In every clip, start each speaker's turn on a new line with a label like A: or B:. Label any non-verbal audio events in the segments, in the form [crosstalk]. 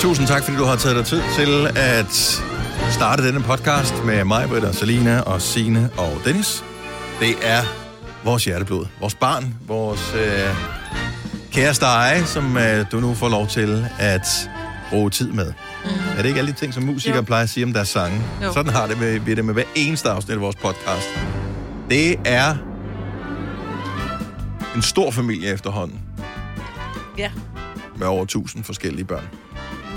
A: Tusind tak, fordi du har taget dig tid til at starte denne podcast med mig, Britt og Salina og Sine og Dennis. Det er vores hjerteblod, vores barn, vores øh, kære stege, som øh, du nu får lov til at bruge tid med. Mm-hmm. Er det ikke alle de ting, som musikere jo. plejer at sige om deres sange? Jo. Sådan har det med, vi det med hver eneste afsnit af vores podcast. Det er en stor familie efterhånden,
B: Ja,
A: med over 1000 forskellige børn.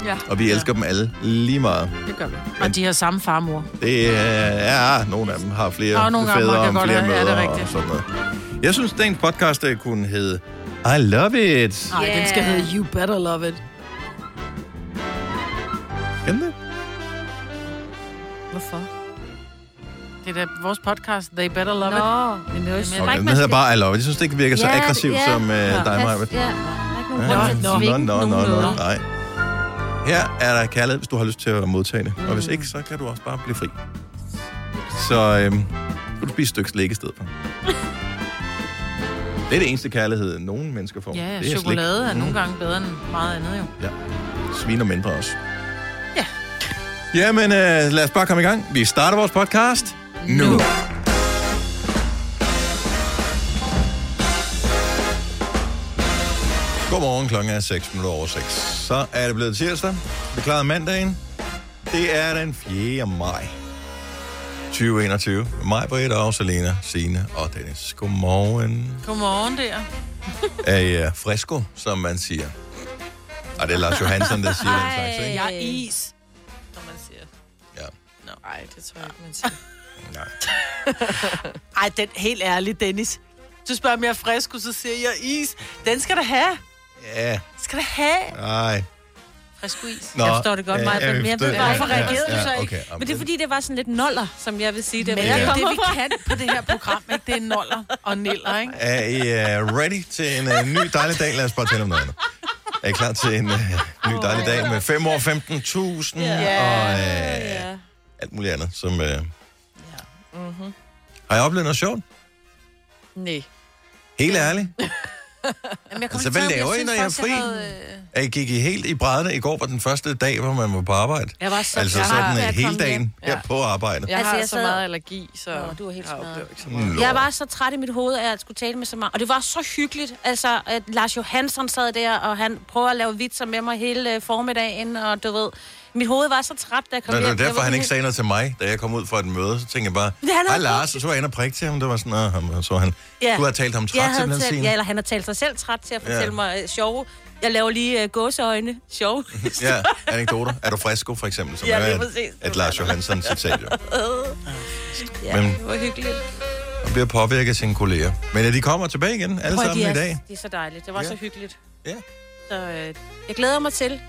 B: ja.
A: Og vi elsker ja. dem alle lige meget.
B: det gør vi.
C: Og de har samme farmor.
A: Det er, ja, nogle af dem har flere
C: Og nogle gange
A: fædre
C: kan
A: og
C: godt
A: flere
C: have-
A: mødre
C: ja, det er
A: og
C: rigtigt.
A: sådan noget. Jeg synes, den podcast øh, kunne hedde I Love It.
C: Nej, yeah. den skal
B: Yeah.
C: hedde You Better Love It.
A: Kan det?
C: Hvorfor? Det er da vores podcast, They Better Love It.
B: Nå, men det er
C: Okay,
B: også...
A: Okay, den hedder bare I Love It. Jeg synes, det ikke virker så
B: Ja,
A: aggressivt
B: ja.
A: som øh, dig,
B: Ja,
A: Maja.
B: der er ikke nogen
C: Ja.
B: grund til
C: Nå,
B: at
A: Nå,
B: tvinge
A: nå,
B: nogen
A: nå, nå,
B: noget.
A: nej. Her er der kærlighed, hvis du har lyst til at modtage det. Og hvis ikke, så kan du også bare blive fri. Så øhm, så kan du spise et stykke slik i stedet
C: [laughs]
A: for. Det er det eneste kærlighed, nogen mennesker får.
C: Ja,
A: det er
C: chokolade er
A: slik. Mm.
C: nogle gange bedre end meget andet jo.
A: Ja. Sviner mindre også.
C: Ja.
A: Jamen, øh, lad os bare komme i gang. Vi starter vores podcast nu. nu.
C: Nu.
A: Godmorgen, klokken er 6 minutter over 6. Så er det blevet tirsdag. Vi klarede mandagen. Det er den 4. maj 2021. Mig, Britt og Selena, Signe og Dennis. Godmorgen.
C: Godmorgen der.
A: Er I øh, frisko, som man siger? Og det er Lars Johansson, der siger den slags, ikke?
C: Jeg er is, Øh. når man siger.
A: Ja.
C: Nå, ej, det tror jeg ikke, man siger.
A: Nej.
C: [laughs] Ej, den helt ærlig, Dennis. Du spørger, om jeg er frisk, og så siger jeg is. Den skal du have.
A: Ja,
C: Skal du have.
A: nej.
C: Frisk is.
A: Nå,
B: Jeg forstår det godt,
A: ja,
B: Maja,
A: ja,
B: men jeg
A: forstår-
B: ved bare, hvorfor
A: ja,
B: reagerede
A: ja,
B: du så
A: ja,
B: ikke?
A: okay, jamen,
B: Men det er fordi, det var sådan lidt noller, som jeg vil sige det.
C: Men
B: var.
C: det er det,
B: Kommer
C: vi
B: fra-
C: kan på det her program, ikke? Det er noller og niller, ikke?
A: Er I uh, ready til en uh, ny dejlig dag? Lad os bare tale om noget andet. Er I klar til en uh, ny dejlig dag med 5 år, 15.000 og uh,
B: Ja.
A: alt muligt andet? Som, uh... ja. mm-hmm. Har I oplevet noget sjovt?
B: Nej.
A: Helt ærligt?
C: Jamen, jeg
A: Altså, hvad laver I, når jeg er fri? Er I gik I helt i brædderne? I går var den første dag, hvor man var på arbejde.
B: Jeg var så
A: Altså
B: jeg har-
A: sådan
B: da jeg
A: uh, hele
B: kom hjem-
A: dagen her på arbejde.
D: Jeg
B: Altså,
D: altså, har
B: jeg
D: jeg så
B: sad-
D: meget allergi, så
B: Nå, du er helt
D: jeg
B: smadret.
D: oplever ikke så meget.
A: Lort.
D: Ja.
B: Jeg var så træt i mit hoved, af at jeg skulle tale med så mange. Og det var så hyggeligt. Altså, at Lars Johansson sad der, og han prøvede at lave vitser med mig hele øh, formiddagen, og du ved... Mit hoved var så træt, da jeg kom
A: Nå, det var
B: hjem. Jeg
A: derfor,
B: var
A: han ikke
B: helt-
A: sagde noget til mig, da jeg kom ud fra et møde. Så tænkte jeg bare,
B: Ja, han
A: hej
B: havde
A: Lars, og så var jeg inde og prikke til ham. Det var sådan, "Nå, ham," og så var han,
B: Ja.
A: du har talt ham
B: Jeg
A: træt til
B: havde
A: den
B: talt-
A: scene.
B: Ja, eller han har talt sig selv træt til at fortælle
A: Ja.
B: mig øh, sjove. Jeg laver lige øh, gåseøjne. Sjove. [laughs]
A: Ja, anekdoter. Er du frisko, for eksempel, som
B: Ja,
A: er
B: lige
A: et,
B: præcis.
A: et Lars Johansson citat. Jo.
B: ja,
A: Men-
B: det var hyggeligt.
A: Og bliver påvirket af sine kolleger. Men ja, de kommer tilbage igen, alle
B: Prøv, de
A: sammen
B: er,
A: i dag.
B: Det er så dejligt. Det var
A: Ja.
B: ja. så hyggeligt.
A: Ja.
B: Så øh, jeg glæder mig til.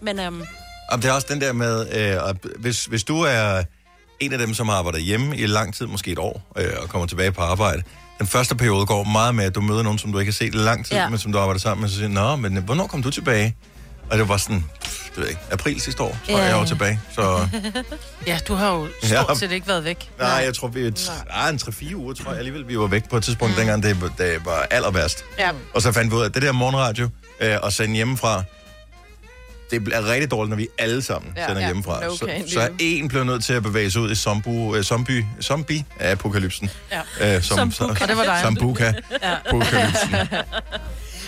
B: Men øhm,
A: Og det er også den der med, øh, at hvis, hvis du er en af dem, som har arbejdet hjemme i lang tid, måske et år, øh, og kommer tilbage på arbejde, den første periode går meget med, at du møder nogen, som du ikke har set i lang tid, ja.
B: Ja.
A: men som du arbejder sammen med, så siger de, Nå, men øh, hvornår kom du tilbage? Og det var sådan, pff, det ved jeg ikke, april sidste år, tror jeg,
B: Ja,
A: jeg var
B: ja.
A: tilbage.
B: [laughs]
A: Så
C: Ja, du har jo
A: Ja.
C: stort set ikke været væk.
A: nej, jeg tror, vi er t- nej, en 3-4 uger, tror jeg alligevel, vi var væk på et tidspunkt, dengang det, det var aller værst.
C: Ja.
A: Og så fandt vi ud af, at det der morgenradio øh, og sende hjemmefra, det er rigtig dårligt, når vi alle sammen ja,
D: Ja,
A: sender
D: ja.
A: hjemmefra.
D: No
A: så,
D: can
A: så
D: do.
A: en blev nødt til at bevæge sig ud i zombie, øh, zombie, zombie apokalypsen.
C: Ja.
A: Øh, som,
C: Sambuca. Og det var dig.
A: Sambuca. Apokalypsen.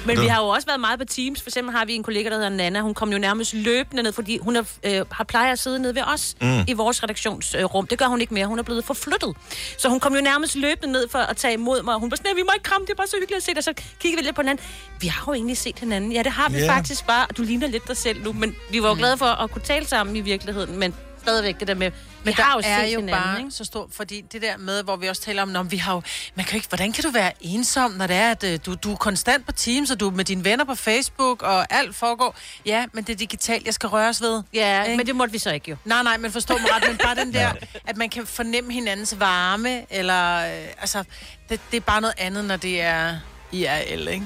B: men
A: Det-
B: vi har jo også været meget på Teams. For eksempel har vi en kollega, der hedder Nana. Hun kom jo nærmest løbende ned, fordi hun er, øh, har plejer at sidde nede ved os mm. i vores redaktionsrum. Det gør hun ikke mere. Hun er blevet forflyttet. Så hun kom jo nærmest løbende ned for at tage imod mig. Og hun var sådan, "Nej, vi må ikke kramme, det er bare så hyggeligt at se dig. Så kiggede vi lidt på hinanden. Vi har jo egentlig set hinanden. Ja, det har vi
A: Ja.
B: yeah. faktisk bare. Du ligner lidt dig selv nu. Men vi
C: Mm.
B: var jo glade for at kunne tale sammen i virkeligheden. Men stadigvæk det der med, men vi
C: Der
B: har jo
C: er
B: set
C: jo
B: hinanden,
C: bare
B: ikke?
C: så stor, fordi det der med, hvor vi også taler om, "Nå, men vi har jo, man kan jo ikke, hvordan kan du være ensom, når det er, at øh, du, du er konstant på Teams, og du er med dine venner på Facebook, og alt foregår. Ja, men det er digitalt, jeg skal røres ved.
B: Ja,
C: Ikke?
B: men det måtte vi så ikke jo.
C: Nej, nej, men forstå mig ret, men bare
A: [laughs]
C: den der, at man kan fornemme hinandens varme, eller, øh, altså, det, det er bare noget andet, når det er IRL, ikke?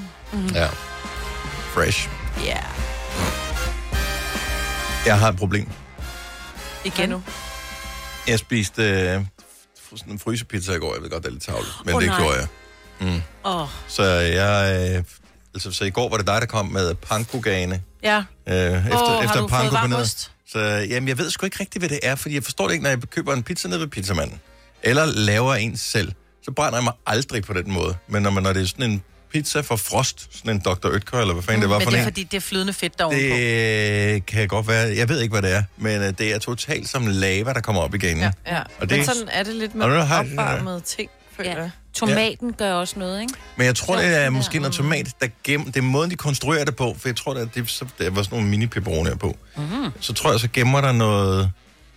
A: ja. Fresh.
C: Ja. Yeah.
A: Jeg har et problem.
C: Igen.
D: nu?
A: Jeg spiste øh, fr- sådan en frysepizza i går. Jeg ved godt, det er lidt tavligt, men
B: Åh,
A: det
B: nej.
A: gjorde jeg.
B: Åh, oh,
A: Så jeg... Øh, altså, så i går var det dig, der kom med pankogane
C: Ja.
A: øh, efter,
C: Åh,
A: oh,
C: har
A: efter
C: du fået
A: panko
C: varm
A: på ned.
C: ost?
A: Så jamen, jeg ved sgu ikke rigtigt, hvad det er, fordi jeg forstår det ikke, når jeg køber en pizza nede ved pizzamanden, eller laver en selv, så brænder jeg mig aldrig på den måde. Men når, man, når det er sådan en pizza fra frost, sådan en Dr. Oetker, eller hvad fanden det var
C: Men
A: for
C: det
A: en,
C: er fordi, det er flydende fedt derovre det...
A: det kan godt være, jeg ved ikke, hvad det er, men øh, det er totalt som lava, der kommer op igen. Ja.
D: Ja,
A: Og
D: og
A: det-
D: det... men sådan er det lidt med
A: Og nu har-
D: opvarmede ting, føler
B: Ja.
D: jeg.
B: Tomaten gør også noget, ikke?
A: Men jeg tror, det er
B: Ja.
A: måske noget tomat, der gem, det er måden, de konstruerer det på, for jeg tror, det, er, så, der var sådan nogle mini pepperonier på.
C: Mhm.
A: Mm-hmm. Så tror jeg, så gemmer der noget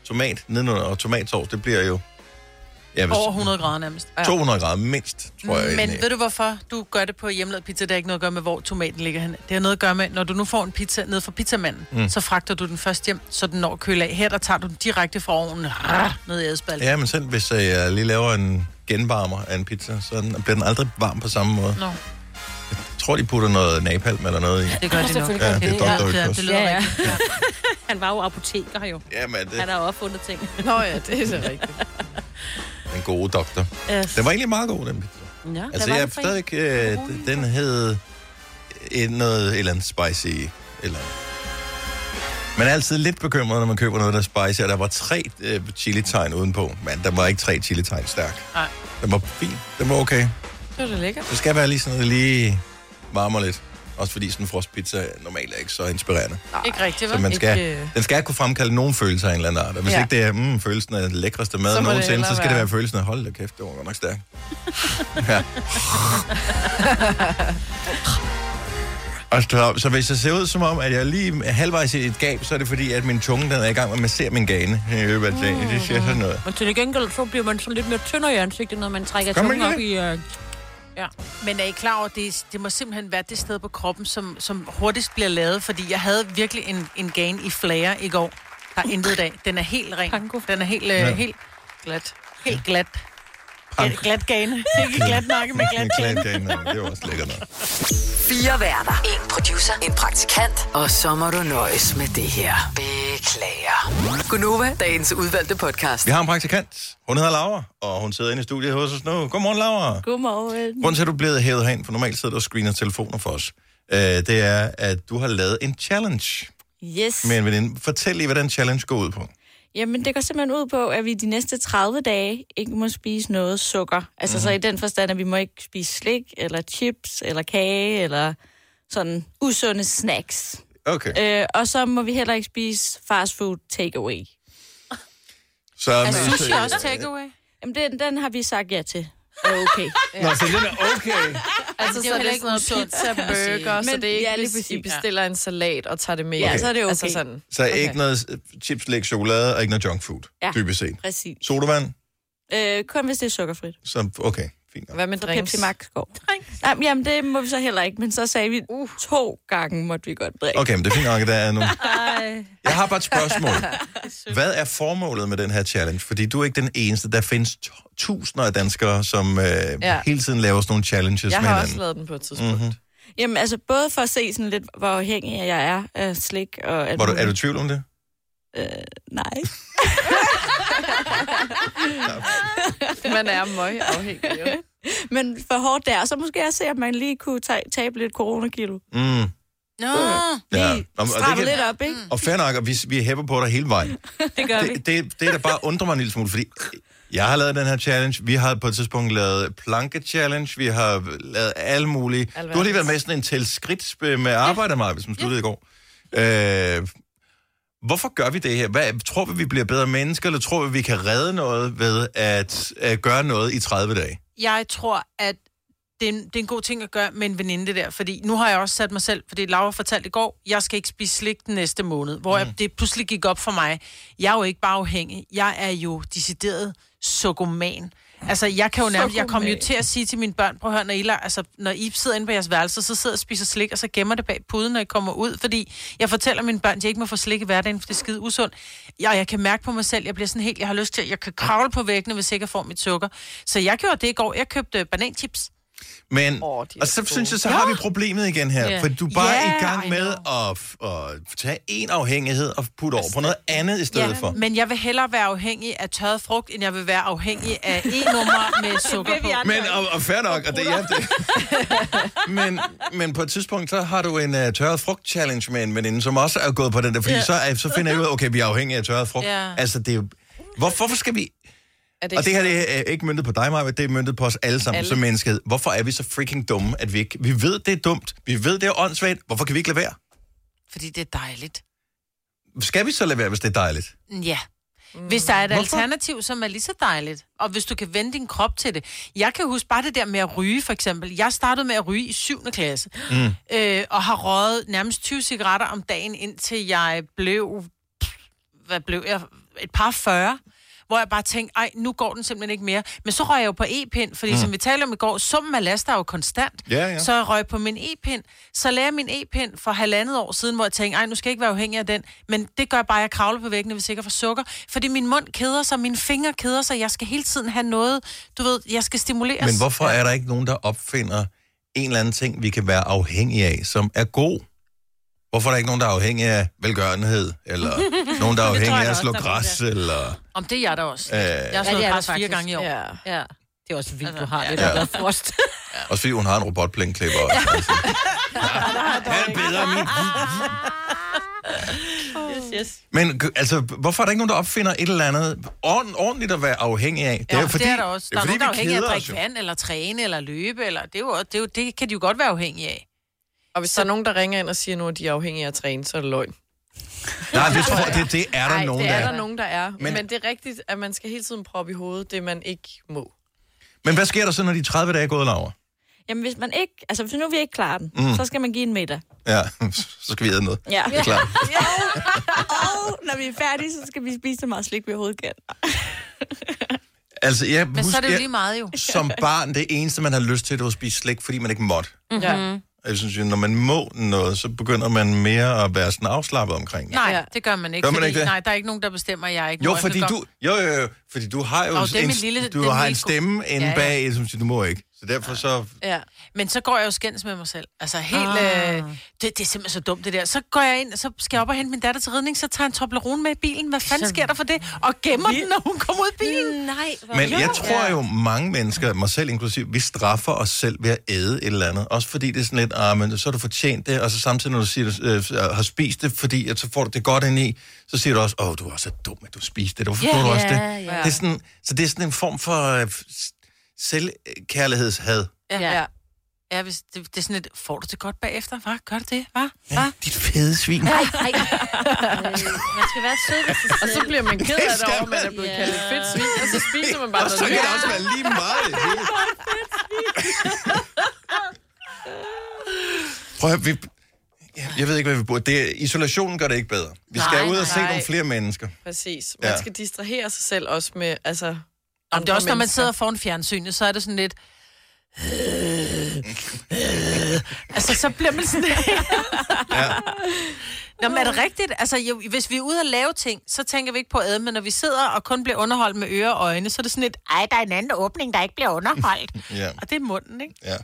A: tomat nedenunder, og tomatsovs, det bliver jo ja, hvis,
C: Over 100 grader nærmest. Ja.
A: 200 grader mindst, tror jeg.
C: Men
A: egentlig.
C: ved du hvorfor du gør det på hjemmelavet pizza? Det har ikke noget at gøre med, hvor tomaten ligger hen. Det har noget at gøre med, når du nu får en pizza ned fra pizzamanden, mm. så fragter du den først hjem, så den når at køle af. Her der tager du den direkte fra ovnen rrr, ned i adspalten.
A: Ja, men selv hvis øh, jeg lige laver en genvarmer af en pizza, så den- bliver den aldrig varm på samme måde.
C: Nå.
A: Jeg tror, de putter noget napalm eller
C: [laughs]
A: noget i.
C: Det gør de nok.
B: Selvfølgelig
A: Ja,
B: gør de
A: det er
B: det.
A: Dr.
B: Ja.
A: Oetker.
C: Ja, det lyder
B: Ja, ja.
C: rigtigt. Ja.
B: Han var jo apoteker jo.
A: Jamen, det
B: Han har jo opfundet ting.
D: Nå ja, det er så rigtigt.
A: er en god doktor.
B: Yes.
A: Den var egentlig meget god, den pizza.
B: Ja,
A: Altså, jeg er stadig... Øh, d- den hed øh, noget, et eller andet spicy, eller... Man er altid lidt bekymret, når man køber noget, der er spicy, og der var tre øh, chili-tegn udenpå. Men der var ikke tre chili-tegn stærk.
C: Nej.
A: Den var fint, den var okay.
D: Det er da lækkert.
A: Det skal være lige sådan, at det lige varmer lidt. Også fordi sådan en frostpizza normalt er ikke så inspirerende.
C: Ikke rigtigt,
A: Så
C: hva'?
A: man skal,
D: ikke, øh.
A: den skal kunne fremkalde nogen følelser af en eller anden art. Og hvis ja.
D: Ja.
A: ikke det er mm, følelsen af den lækreste mad
D: Så
A: så
D: må det
A: nogensinde, så
D: hellere
A: skal det
D: være-
A: være følelsen af, hold da kæft, det var godt nok
D: [laughs]
A: stærkt. ja. Og så- så hvis jeg ser ud som om, at jeg er lige halvvejs i et gab, så er det fordi, at min tunge den er i gang med at massere min gane [laughs] i løbet af dagen. Det siger sådan noget.
B: Men til gengæld, så bliver man sådan lidt mere tyndere i ansigtet, når man trækker
A: Gør man
B: tungen op i...
A: ikke
B: Øh... Ja.
C: Men er I klar over, at det, det må simpelthen være det sted på kroppen, som, som hurtigst bliver lavet? Fordi jeg havde virkelig en, en gan i flare i går. Der er intet i dag. Den er helt ren.
B: Panko.
C: Den er helt, øh,
A: Ja.
C: helt,
D: Glat.
C: helt glat.
A: Panko.
C: Glat gane. Ikke glat
D: Mm.
A: [laughs]
C: nakke, men glat gane.
A: Glat gane, det er jo også lækkert noget.
E: Fire værter. En producer. En praktikant. Og så må du nøjes med det her. Beklager. Gunova, dagens udvalgte podcast.
A: Vi har en praktikant. Hun hedder Laura, og hun sidder inde i studiet hos os nu. Godmorgen, Laura.
F: Godmorgen.
A: Grunden til, at du er blevet hævet herind, for normalt sidder du og screener telefoner for os, øh, det er, at du har lavet en challenge
F: Yes.
A: med en
F: Men...
A: veninde. Fortæl lige, hvad den challenge går ud på.
F: Jamen, det går simpelthen ud på, at vi de næste 30 dage ikke må spise noget sukker. Altså mm-hmm. så i den forstand, at vi må ikke spise slik, eller chips, eller kage, eller sådan usunde snacks.
A: Okay.
F: Øh, og så må vi heller ikke spise fast food takeaway.
A: Så, altså,
C: Sushi er også takeaway.
F: Jamen, den, den har vi sagt ja til. Er Okay.
A: Nå, så den er okay.
D: Altså,
C: det
D: det
C: er jo
D: så er
C: heller
D: det sådan
C: ikke noget sundt.
D: pizza, burger,
F: Men-
D: så det er ikke,
F: ja,
D: ja,
F: lige
D: hvis I
F: præcis.
D: bestiller en salat og tager det med.
F: Ja, så er det
D: Altså
F: okay.
D: sådan.
A: Så okay. ikke noget øh, chips, læg, chokolade og ikke noget junk food, ja.
F: Ja.
A: dybest set.
F: Præcis.
A: Sodavand,
F: Øh, kun hvis det er sukkerfrit.
A: så okay, fint nok.
D: Hvad med
F: Så
D: drinks?
F: Pepsi Max går. Jamen, jamen, det må vi så heller ikke, men så sagde vi, uh. to gange måtte vi godt drikke.
A: Okay, men det er fint nok, at der er nogle... Jeg har bare et spørgsmål. Hvad er formålet med den her challenge? Fordi du er ikke den eneste. Der findes tu- tusinder af danskere, som øh, ja.
D: Ja.
A: hele tiden laver sådan nogle challenges
D: Jeg
A: med
D: har
A: hinanden.
D: også lavet den på et tidspunkt.
A: Mhm.
D: Mm-hmm.
F: Jamen, altså både for at se sådan lidt, hvor afhængig jeg er af slik og... Alt
A: Var du, er
F: muligt. Øh,
A: du i tvivl om det?
F: Nej.
D: Man er møg afhængig, jo.
F: Men for hårdt der, så måske jeg se, at man lige kunne ta- tabe lidt coronakilo.
A: Mm.
C: Nå,
A: Ja.
F: Lige
A: Nå, men- og det kan-
F: strappe lidt op, ikke?
A: Og fair nok, og vi, vi hæpper på dig hele vejen.
B: Det gør vi.
A: Det, det, det der bare undrer mig en lille smule, fordi jeg har lavet den her challenge, vi har på et tidspunkt lavet planke-challenge, vi har lavet alle mulige. Du har lige været med i sådan en til skridt med arbejde mig, hvis man sluttede i går. Øh, hvorfor gør vi det her? Hvad, tror vi, vi bliver bedre mennesker, eller tror vi, vi kan redde noget ved at, at gøre noget i 30 dage?
C: jeg tror, at det er, en, det er en god ting at gøre med en veninde det der, fordi nu har jeg også sat mig selv, fordi Laura fortalte i går, jeg skal ikke spise slik den næste måned, hvor mm. jeg, det pludselig gik op for mig. Jeg er jo ikke bare afhængig, jeg er jo decideret sokoman. Altså, jeg kan jo nærmest, jeg kommer jo
F: Sokoman.
C: til at sige til mine børn, prøv at høre, når I, la- altså, når I sidder inde på jeres værelse, så sidder jeg og spiser slik, og så gemmer det bag puden, når I kommer ud, fordi jeg fortæller mine børn, at jeg ikke må få slik i hverdagen, for det er skide usundt. Jeg, jeg kan mærke på mig selv, jeg bliver sådan helt, jeg har lyst til, at jeg kan kravle på væggene, hvis ikke jeg får mit sukker. Så jeg gjorde det i går, jeg købte bananchips.
A: Men,
D: Åh,
A: oh,
D: de er
A: og så
D: gode.
A: synes jeg, så har vi problemet igen her,
C: Ja.
A: for du er bare
C: Ja,
A: i gang
C: I
A: med at, at tage en afhængighed og putte over på noget andet i stedet for.
C: Men jeg vil hellere være afhængig af tørret frugt, end jeg vil være afhængig af e-nummer med sukker på.
A: Men, og, og fair nok, og det er det. men, men på et tidspunkt, så har du en uh, tørret frugt-challenge med en veninde, som også er gået på den der, fordi
C: Ja.
A: yeah. så, er, så finder jeg ud af, okay, vi er afhængige af tørret frugt.
C: Ja.
A: Altså, det er jo... Hvor, hvorfor skal vi...
D: [laughs] Er
A: Og det her det er ikke myndet på dig, Maja, det er myndet på os alle sammen alle.
D: Alle.
A: som mennesket. Hvorfor er vi så freaking dumme, at vi ikke... Vi ved, det er dumt. Vi ved, det er åndssvagt. Hvorfor kan vi ikke lade være?
C: Fordi det er dejligt.
A: Skal vi så lade være, hvis det er dejligt?
C: Ja. Hvis der er et
A: Hvorfor?
C: alternativ, som er lige så dejligt, og hvis du kan vende din krop til det. Jeg kan huske bare det der med at ryge, for eksempel. Jeg startede med at ryge i 7. klasse, mm. øh, og har røget nærmest 20 cigaretter om dagen, indtil jeg blev, hvad blev jeg, et par 40 hvor jeg bare tænkte, ej, nu går den simpelthen ikke mere. Men så røg jeg jo på e-pind, fordi mm. som vi talte om i går, summen af laster er jo konstant.
A: Ja, ja.
C: Så jeg røg på min e-pind. Så lagde jeg min e-pind for halvandet år siden, hvor jeg tænkte, ej, nu skal jeg ikke være afhængig af den. Men det gør bare, at jeg kravler på væggene, hvis jeg ikke får sukker. Fordi min mund keder sig, mine fingre keder sig, jeg skal hele tiden have noget, du ved, jeg skal stimuleres.
A: Men hvorfor er der ikke nogen, der opfinder en eller anden ting, vi kan være afhængige af, som er god? Hvorfor er der ikke nogen, der er afhængige af velgørenhed?
C: [laughs]
A: Eller nogen, der er afhængige af at slå
B: der er
A: græs? Eller,
C: Om det er jeg da også.
A: øh,
C: Jeg har
B: Ja,
C: slået
B: det er
C: ja,
B: der
C: græs fire
B: faktisk.
C: gange i år. Ja.
D: Ja.
B: Ja. Altså, Det er også vildt, du har det,
A: Ja.
B: der har været frost.
A: Også fordi hun har en robotplænklipper. også,
C: [laughs]
A: altså. Ja, han er bedre end min.
B: yes, yes.
A: Men g- altså, hvorfor er der ikke nogen, der opfinder et eller andet ord- ordentligt at være afhængig af?
C: Det er,
A: jo
C: fordi, det er der også.
A: det
C: Der
A: er
C: er
A: fordi,
C: nogen, der er
A: vi
C: afhængige af at
A: keder os
C: drikke
A: jo.
C: vand, eller træne, eller løbe, eller det, er jo, også- det, er jo, det kan de jo godt være afhængige af.
D: Og hvis der er nogen, der ringer ind og siger nu, at de er afhængige af at træne, så er det løgn.
A: Nej, det, tror, jeg- det, det er der
D: Ej,
A: nogen,
D: det
A: der
D: er
A: er.
D: der nogen, der er.
A: Men-
D: Men... Men det er rigtigt, at man skal hele tiden proppe i hovedet det, man ikke må.
A: Men hvad sker der så, når de 30 dage er gået, Laura?
F: Jamen, hvis man ikke... Altså, hvis nu vi ikke klarer den, mm. så skal man give en middag.
A: Ja, [laughs] så skal vi æde noget.
F: Ja.
A: Det er klart.
F: Og [laughs] når vi er færdige, så skal vi spise så meget slik, vi overhovedet kan.
A: Altså, jeg
C: Men så er det jo
A: jeg-
C: lige meget jo.
A: [laughs] som barn, det eneste, man har lyst til, det var at spise slik, fordi man ikke måtte.
D: Mm-hmm. Ja.
A: Og Jeg synes jo, når man må noget, så begynder man mere at være sådan afslappet omkring det.
C: Nej,
D: Ja.
C: det gør man ikke.
A: Gør man
C: fordi,
A: ikke det?
C: Nej, der er ikke nogen, der bestemmer, at jeg ikke må.
A: Jo,
C: Jeg
A: fordi
C: kan
A: du, jo, jo, jo, fordi du har jo
C: Nå, det er
A: en,
C: min lille-
A: du
C: den
A: har en
C: lille-
A: stemme inde
C: Ja,
A: ja,
C: ja.
A: bag, som siger, du må ikke. Så derfor så...
D: ja.
C: Men så går jeg jo skændes med mig selv. Altså helt... Ah.
B: Ah.
C: Øh, det, det er simpelthen så dumt, det der. Så går jeg ind, og så skal jeg op og hente min datter til ridning, så tager jeg en Toblerone med i bilen. Hvad fanden sker der for det? Og gemmer den, når hun kommer ud af bilen.
B: Nej, hvor
A: Men
B: Jo.
A: jeg tror jo, mange mennesker, mig selv inklusiv, vi straffer os selv ved at æde et eller andet. Også fordi det er sådan lidt, ah, men så har du fortjent det, og så samtidig, når du siger, du øh, har spist det, fordi at så får du det godt ind i, så siger du også, åh, oh, du er så dum, at du spiste det. Hvorfor
B: Ja,
A: gjorde du også det?
B: ja, ja.
A: det er sådan, så det er sådan en form for øh, s- selvkærlighedshad.
D: ja. ja.
C: Ja, hvis det, det er sådan lidt... Får du det godt bagefter? Hvad? Gør du det? Hvad?
A: Ja, dit fede svin.
B: Nej, nej. Øh, man skal være sød ved sig [laughs]
D: Og så
B: selv.
D: bliver man ked af
A: Det
D: det
A: skal
D: over, at man er
A: man.
D: blevet
B: Ja.
D: kaldt et fedt svin, og så spiser man bare
A: Og så
D: noget
A: kan det
D: nyt.
A: også være lige meget. det hele. Prøv at høre, vi... ja, Jeg ved ikke, hvad vi burde. Det, er- isolationen gør det ikke bedre. Vi skal
C: Nej,
A: ud og se
D: nej.
A: nogle flere mennesker.
D: Præcis.
A: Ja.
D: Man skal distrahere sig selv også med, altså...
C: Om det er også, når man
D: mennesker.
C: sidder foran fjernsynet, så er det sådan lidt... "Øh, altså, så bliver man [laughs] sådan...
A: Ja.
C: Nå, men er det rigtigt? Altså, jo, hvis vi er ude og lave ting, så tænker vi ikke på ad, men når vi sidder og kun bliver underholdt med ører og øjne, så er det sådan lidt, ej, der er en anden åbning, der ikke bliver underholdt.
A: Ja,
C: og det er munden, ikke?
A: ja.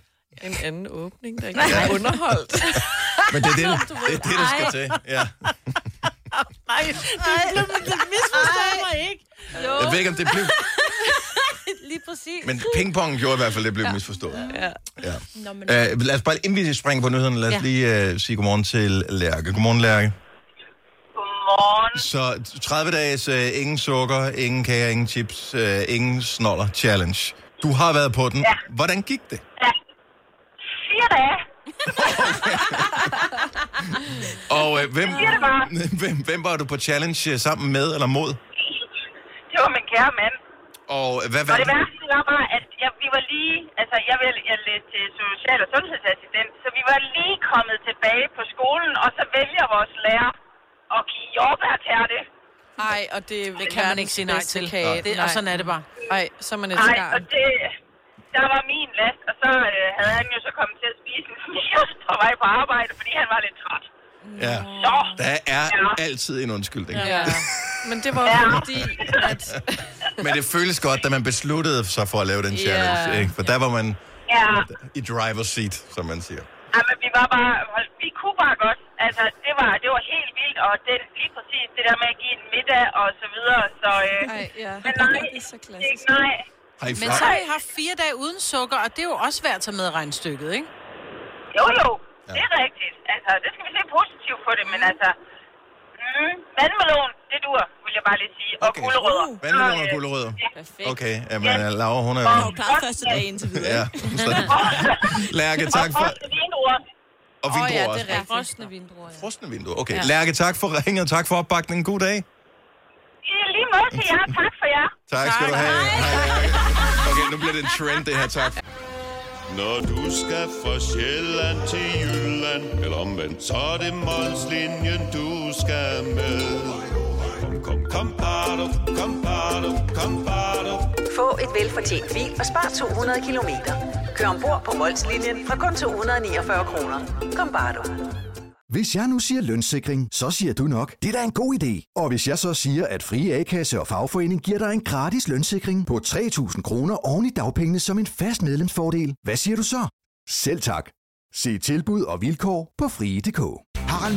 D: En anden åbning, der ikke er underholdt.
A: Men det er
C: [laughs]
A: det, det, er det der skal til. Ja.
C: Nej, det, det misforstår mig ikke.
A: Jeg ved ikke, om det blev...
B: Lige præcis.
A: Men pingpong gjorde i hvert fald, det blev misforstået. Ja. ja. Uh, lad os bare, inden vi springer på nyhederne, lad os ja.
B: Ja.
A: lige uh, sige godmorgen til Lærke. Godmorgen, Lærke.
G: Godmorgen.
A: Så 30 dages øh, ingen sukker, ingen kager, ingen chips, øh, ingen snoller challenge. Du har været på den. Ja. Hvordan gik det?
G: Ja. Fire dage.
A: Og øh, hvem,
G: det bare.
A: [laughs] hvem, hvem var du på challenge øh, sammen med eller mod?
G: [laughs] Det var min kære mand.
A: Og øh, hvad
G: Og
A: var
G: det
A: det?
G: værste det var bare, at jeg, vi var lige... Altså, jeg, vil, jeg læste til social- og sundhedsassistent, så vi var lige kommet tilbage på skolen, og så vælger vores lærer at give jordbærtærte.
D: Ej, og det,
C: Det kan man ikke sige nej til.
D: Kage.
C: Det, og sådan er det bare.
D: Ej, så er man et
G: Nej, og
D: skarn.
G: det... Der var min last, og så øh, havde han jo så kommet til at spise en [laughs] smios på vej på arbejde, fordi han var lidt træt.
A: Ja.
G: Så,
A: Der er
G: Ja.
A: altid en undskyldning.
D: Ja. Men det var
G: Ja.
D: jo fordi, at...
A: Men det føles godt, da man besluttede sig for at lave den challenge.
D: Ja.
A: Ikke? For der var man...
G: Ja,
A: I driver's seat, som man siger.
G: ja men Altså, vi var bare, hold- vi kunne bare godt. Altså, det var, det var helt vildt, og det, lige præcis det der med at give en middag og så videre, så... Øh,
D: Nej, ja.
G: men nej,
D: Det er så
G: det er
D: klassisk.
G: ikke nej.
A: Har I
C: Men så har I haft fire dage uden sukker, og det er jo også værd at tage med i regnstykket, ikke?
G: Jo, jo, det er rigtigt. Altså, det skal vi se positivt på det, men altså... Mm, vandmelon, det dur, vil jeg bare lige sige. Og
A: Okay.
G: gulerødder.
A: Uh, vandmelon og gulerødder.
F: Perfekt. Okay.
A: Okay, ja, men Laura, hun er...
F: Jeg har klaret første dag indtil videre.
A: Ja, så... Lærke, [laughs] tak for...
D: Åh
A: Og
D: ja,
A: vindruer
D: det
A: også.
D: er rigtigt.
B: Frosne vindruer, ja.
A: Frosne vinduer. Okay, Lærke, tak for ringet, og tak for opbakningen. God dag.
G: I lige måde til jer. Tak for jer.
A: Tak skal du have. Hej, Lærke. Okay, nu bliver det en trend, det her. Tak.
H: Når du skal fra Sjælland til Jylland Eller omvendt, så er det Molslinjen, du skal med Kom, kom, kom, bado, kom, bado, kom, bado.
I: Få et velfortjent bil og spar 200 kilometer. Kør ombord på Molslinjen fra kun 249 kroner. Kom bare du.
J: Hvis jeg nu siger lønssikring, så siger du nok, det er da en god idé. Og hvis jeg så siger, at frie A-kasse og fagforening giver dig en gratis lønssikring på 3.000 kroner oven i dagpengene som en fast medlemsfordel, hvad siger du så? Selv tak. Se tilbud og vilkår på frie.dk.
K: Harald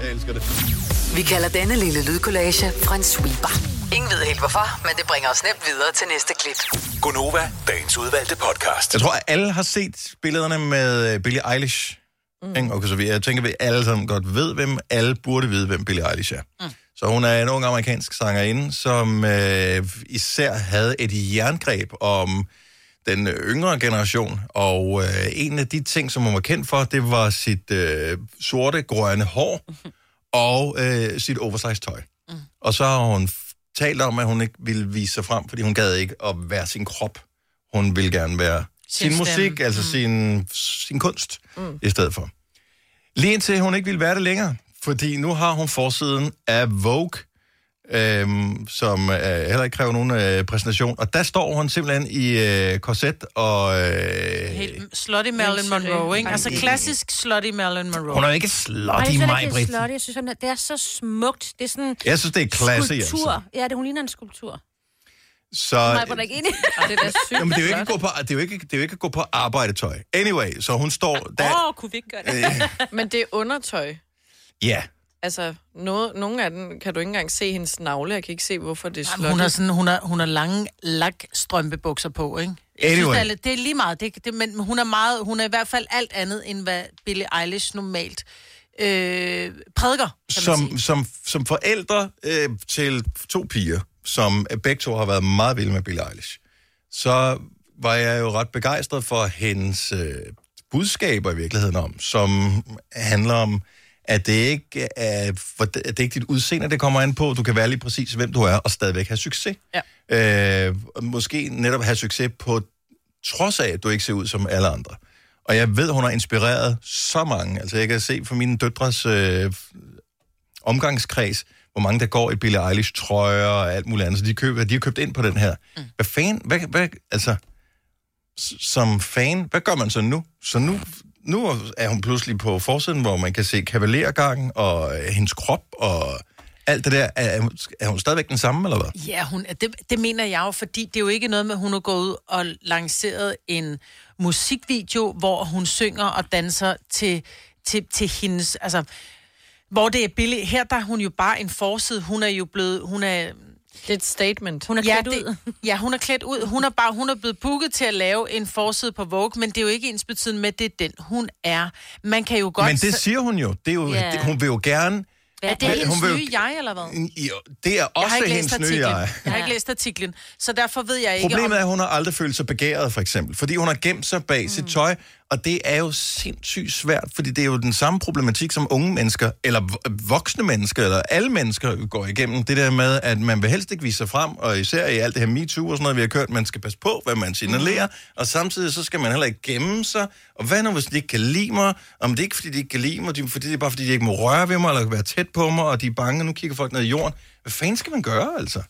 A: Jeg elsker det.
E: Vi kalder denne lille lydkollage en sweeper. Ingen ved helt hvorfor, men det bringer os nemt videre til næste klip.
L: Gunova, dagens udvalgte podcast.
A: Jeg tror, at alle har set billederne med øh, Billie Eilish. Mm. Okay, så vi, jeg tænker, at vi alle sammen godt ved, hvem alle burde vide, hvem Billie Eilish er. Mm. Så hun er en ung amerikansk sangerinde, som øh, især havde et jerngreb om den øh, yngre generation. Og øh, en af de ting, som hun var kendt for, det var sit øh, sorte, grønne hår og øh, sit oversized tøj. Mm. Og så har hun f- talt om, at hun ikke ville vise sig frem, fordi hun gad ikke at være sin krop. Hun ville gerne være sin,
C: Sin
A: sin
C: stemme.
A: musik, altså mm. sin, sin kunst, mm. i stedet for. Lige indtil hun ikke ville være det længere, fordi nu har hun forsiden af Vogue, øhm, som øh, heller ikke kræver nogen øh, præsentation. Og der står hun simpelthen i øh, korset, og øh,
C: Helt slutty Marilyn Monroe, ikke? Altså klassisk slutty Marilyn
A: hun er
C: Monroe.
A: jo ikke
B: Ej,
A: slutty,
B: jeg synes, heller
A: mig,
B: ikke, det er slot. Jeg synes, sådan, at det er så smukt. Det er sådan
A: Jeg synes, det er klasse,
B: skulptur.
A: altså.
B: Ja, det, hun ligner en skulptur.
A: Så,
B: Nej, hvor er der
A: øh,
B: ikke enig.
D: Det er da sygt.
A: Jamen, det er jo ikke at gå på, det er jo ikke, det er jo ikke at gå på arbejdetøj. Anyway, så hun står
B: Åh,
A: der...
B: oh, kunne vi ikke gøre det?
D: Men det er undertøj.
A: Ja,
D: Altså, noget, nogle af dem kan du ikke engang se hendes navle. Jeg kan ikke se, hvorfor det er
C: Jamen,
D: slottet.
C: Hun har, sådan, hun, har, hun har lange lakstrømpebukser på, ikke? Jeg
A: Anyway.
C: det, er, lidt- det er lige meget, det, det, men hun er, meget, hun er i hvert fald alt andet, end hvad Billie Eilish normalt øh, prædiker, kan man sige.
A: som, som, som forældre øh, til to piger, som øh, begge to har været meget vilde med Billie Eilish, så var jeg jo ret begejstret for hendes øh, budskaber i virkeligheden om, som handler om, at det ikke er, for, at det er ikke dit udseende, det kommer an på. Du kan være lige præcis, hvem du er, og stadigvæk have succes. Ja. Øh, og måske netop have succes på trods af, at du ikke ser ud som alle andre. Og jeg ved, hun har inspireret så mange. Altså, jeg kan se for mine døtres øh, omgangskreds, hvor mange der går i Billie Eilish trøjer og alt muligt andet, så de, køber, de har købt ind på den her. Mm. Hvad fan, hvad, hvad, altså, s- som fan, hvad gør man så nu? Så nu, nu er hun pludselig på forsiden, hvor man kan se kavalergangen og øh, hendes krop og alt det der. Er, er hun- er hun stadigvæk den samme, eller hvad?
C: Ja, hun, er- det, det mener jeg jo, fordi det er jo ikke noget med, at hun har gået ud og lanceret en musikvideo, hvor hun synger og danser til, til, til hendes... Altså, hvor det er billigt. Her der er hun jo bare en forside. Hun er jo blevet... Hun er,
D: Det er et statement.
B: Hun er klædt ud.
C: det, ja, hun er klædt ud. [laughs] Hun er, bare, hun er blevet booket til at lave en forside på Vogue, men det er jo ikke ens betydende med, at det er den, hun er. Man kan jo godt...
A: Men det
C: s-
A: siger hun jo. Det er jo
B: Ja.
A: det, hun vil jo gerne...
C: er det
A: hun
C: hendes
A: vil jo-
C: nye jeg, eller hvad?
A: Jo, det er
C: Jeg har
A: også
C: ikke læst
A: hendes nye
C: artiklen.
A: jeg.
C: Jeg har ikke læst artiklen, så derfor ved jeg ikke,
A: Problemet
C: om...
A: er, at hun har aldrig følt sig begæret, for eksempel. Fordi hun har gemt sig bag mm. sit tøj, Og det er jo sindssygt svært, fordi det er jo den samme problematik, som unge mennesker, eller v- voksne mennesker, eller alle mennesker går igennem. Det der med, at man vil helst ikke vise sig frem, og især i alt det her MeToo og sådan noget, vi har kørt, man skal passe på, hvad man
C: Mm.
A: signalerer, og samtidig så skal man heller ikke gemme sig. Og hvad nu, hvis de ikke kan lide mig? Om det er ikke, fordi de ikke kan lide mig, de- fordi det er bare, fordi de ikke må røre ved mig, eller være tæt på mig, og de er bange, og nu kigger folk ned i jorden. Hvad fanden skal man gøre, altså?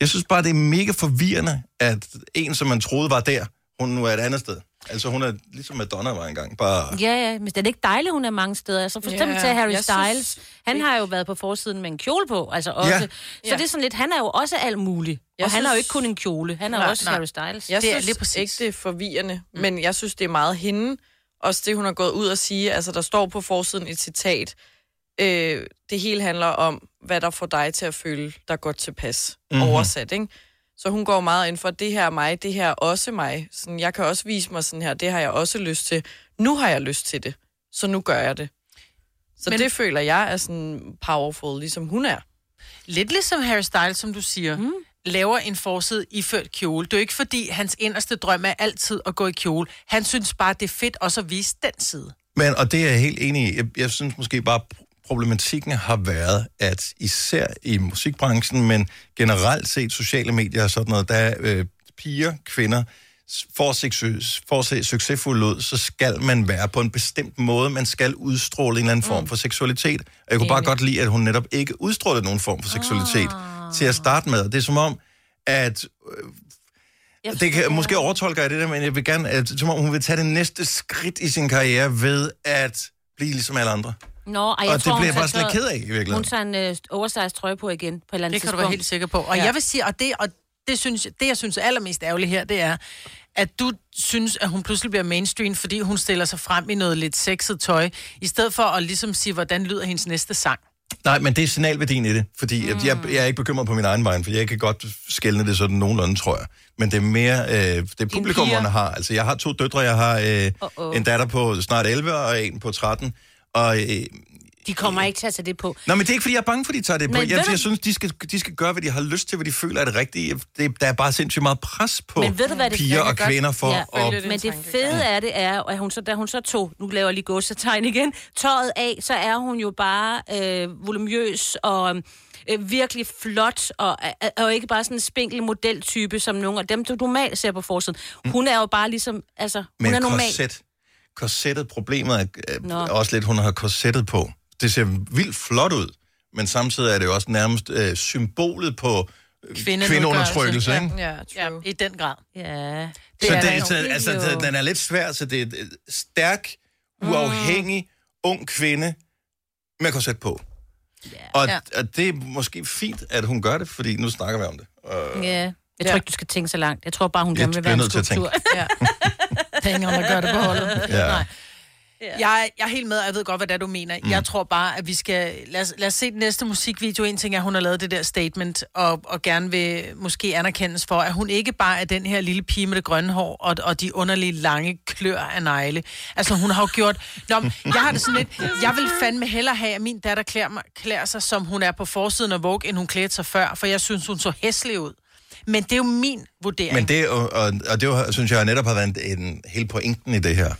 A: Jeg synes bare, det er mega forvirrende, at en, som man troede var der, hun nu er et andet sted. Altså, hun er ligesom Madonna var engang, bare...
B: Ja, ja, men det er det ikke dejligt, hun er mange steder. Altså for eksempel
D: Ja,
B: yeah, til Harry
D: jeg
B: Styles.
D: synes
B: han har jo været på forsiden med en kjole på, altså også.
D: Ja.
B: Yeah. Så det er sådan lidt, han er jo også alt muligt. Jeg og han har jo ikke kun en kjole, han er nej, også nej. Harry Styles.
D: Jeg synes lige præcis. ikke, det er forvirrende, mm. men jeg synes, det er meget hende. Også det, hun har gået ud og sige, altså der står på forsiden et citat, øh, det hele handler om, hvad der får dig til at føle dig godt tilpas.
M: Mhm.
D: Mm-hmm. Oversat, ikke? Så hun går meget ind for, det her er mig, det her er også mig. Sådan, jeg kan også vise mig sådan her, det har jeg også lyst til. Nu har jeg lyst til det, så nu gør jeg det. Så men, det føler jeg er sådan powerful, ligesom hun er.
C: Lidt ligesom Harry Styles, som du siger, mm. laver en forside iført kjole. Det er jo ikke, fordi hans inderste drøm er altid at gå i kjole. Han synes bare, det er fedt også at vise den side.
A: Men, og det er jeg helt enig i. Jeg, jeg synes måske bare, problematikken har været, at især i musikbranchen, men generelt set sociale medier og sådan noget, der øh, piger, kvinder, s- for at, se, succes- for at se succesfuld ud, så skal man være på en bestemt måde. Man skal udstråle en eller anden form for seksualitet. Og jeg kunne bare godt lide, at hun netop ikke udstrålede nogen form for seksualitet til at starte med. Det er som om, at det kan, måske overtolker jeg det der, men jeg vil gerne, at, som om hun vil tage det næste skridt i sin karriere ved at blive ligesom alle andre.
B: Nå, ej, jeg
A: Og det
B: tror, hun
A: bliver jeg
B: tager
A: faktisk lidt
B: tøjet-
A: ked af, i virkeligheden.
B: Hun tager en øh, oversized trøje på igen på et eller andet
C: Det kan du
B: tidspunkt.
C: være helt sikker på. Og ja. jeg vil sige, og det, og det, synes, det jeg synes er allermest ærgerligt her, det er, at du synes, at hun pludselig bliver mainstream, fordi hun stiller sig frem i noget lidt sexet tøj, i stedet for at ligesom sige, hvordan lyder hendes næste sang.
A: Nej, men det er signalværdien i det, fordi mm. jeg, jeg er ikke bekymret på min egen vejen, for jeg kan godt skælne det sådan nogenlunde, tror jeg. Men det er mere øh, det publikum,
N: piger.
A: man har. Altså, jeg har to døtre, jeg har øh,
B: Uh-oh.
A: en datter på snart 11 og en på 13, og... Øh,
B: De kommer ikke til at tage det på.
A: Nå, men det er ikke, fordi jeg er bange for, at de tager det på.
B: Men
A: Jeg,
B: ved
A: jeg
B: du-
A: synes, de skal, de skal gøre, hvad de har lyst til, hvad de føler er det rigtige. Det, der er bare sindssygt meget pres på
B: men ved du, hvad det
A: piger
B: jeg kan
A: og
B: godt-
A: kvinder for
B: ja.
A: at...
B: at... Men det fede af det er, at hun så, da hun så tog, nu laver jeg lige gåsetegn igen, tøjet af, så er hun jo bare øh, volumøs og øh, virkelig flot, og, og, og ikke bare sådan en spinkel modeltype, som nogle af dem, du normalt ser på forsiden. Hun er jo bare ligesom, altså,
A: Men
B: hun er normal.
A: Mm. korset, korsettet, problemet er
B: Nå.
A: Nå. også lidt, hun har korsettet på. Det ser vildt flot ud, men samtidig er det jo også nærmest øh, symbolet på øh, kvindeundertrykkelse. Ja. Ikke?
D: Ja,
C: ja, i den grad.
B: Ja.
A: Det så, det, så altså, det, den er lidt svær, så det er et øh, stærk, uafhængig, mm. ung kvinde med korset på. Yeah. Og,
B: Ja.
A: og det er måske fint, at hun gør det, fordi nu snakker vi om det. Og,
B: Ja. Jeg tror ikke, du skal tænke så langt. Jeg tror bare, hun
A: Jeg
B: gerne vil være
A: bliver
B: en
A: nødt til at tænke.
B: skulptur. Ja.
C: Tænker om at gøre [laughs] det på holdet.
A: Ja.
C: Nej. Jeg, jeg er helt med, og jeg ved godt, hvad det er, du mener. Mm. Jeg tror bare, at vi skal... Lad os, lad os se den næste musikvideo. En ting er, at hun har lavet det der statement, og, og gerne vil måske anerkendes for, at hun ikke bare er den her lille pige med det grønne hår, og, og de underlige lange klør af negle. Altså, hun har jo gjort... Nå, men jeg har det sådan lidt... Jeg vil fandme hellere have, at min datter klæder, mig, klæder sig, som hun er på forsiden af Vogue, end hun klædte sig før, for jeg synes, hun så hæslig ud. Men det er jo min vurdering.
A: Men det, og, og, og det jo, synes jeg netop har været en, en hele pointen i det her,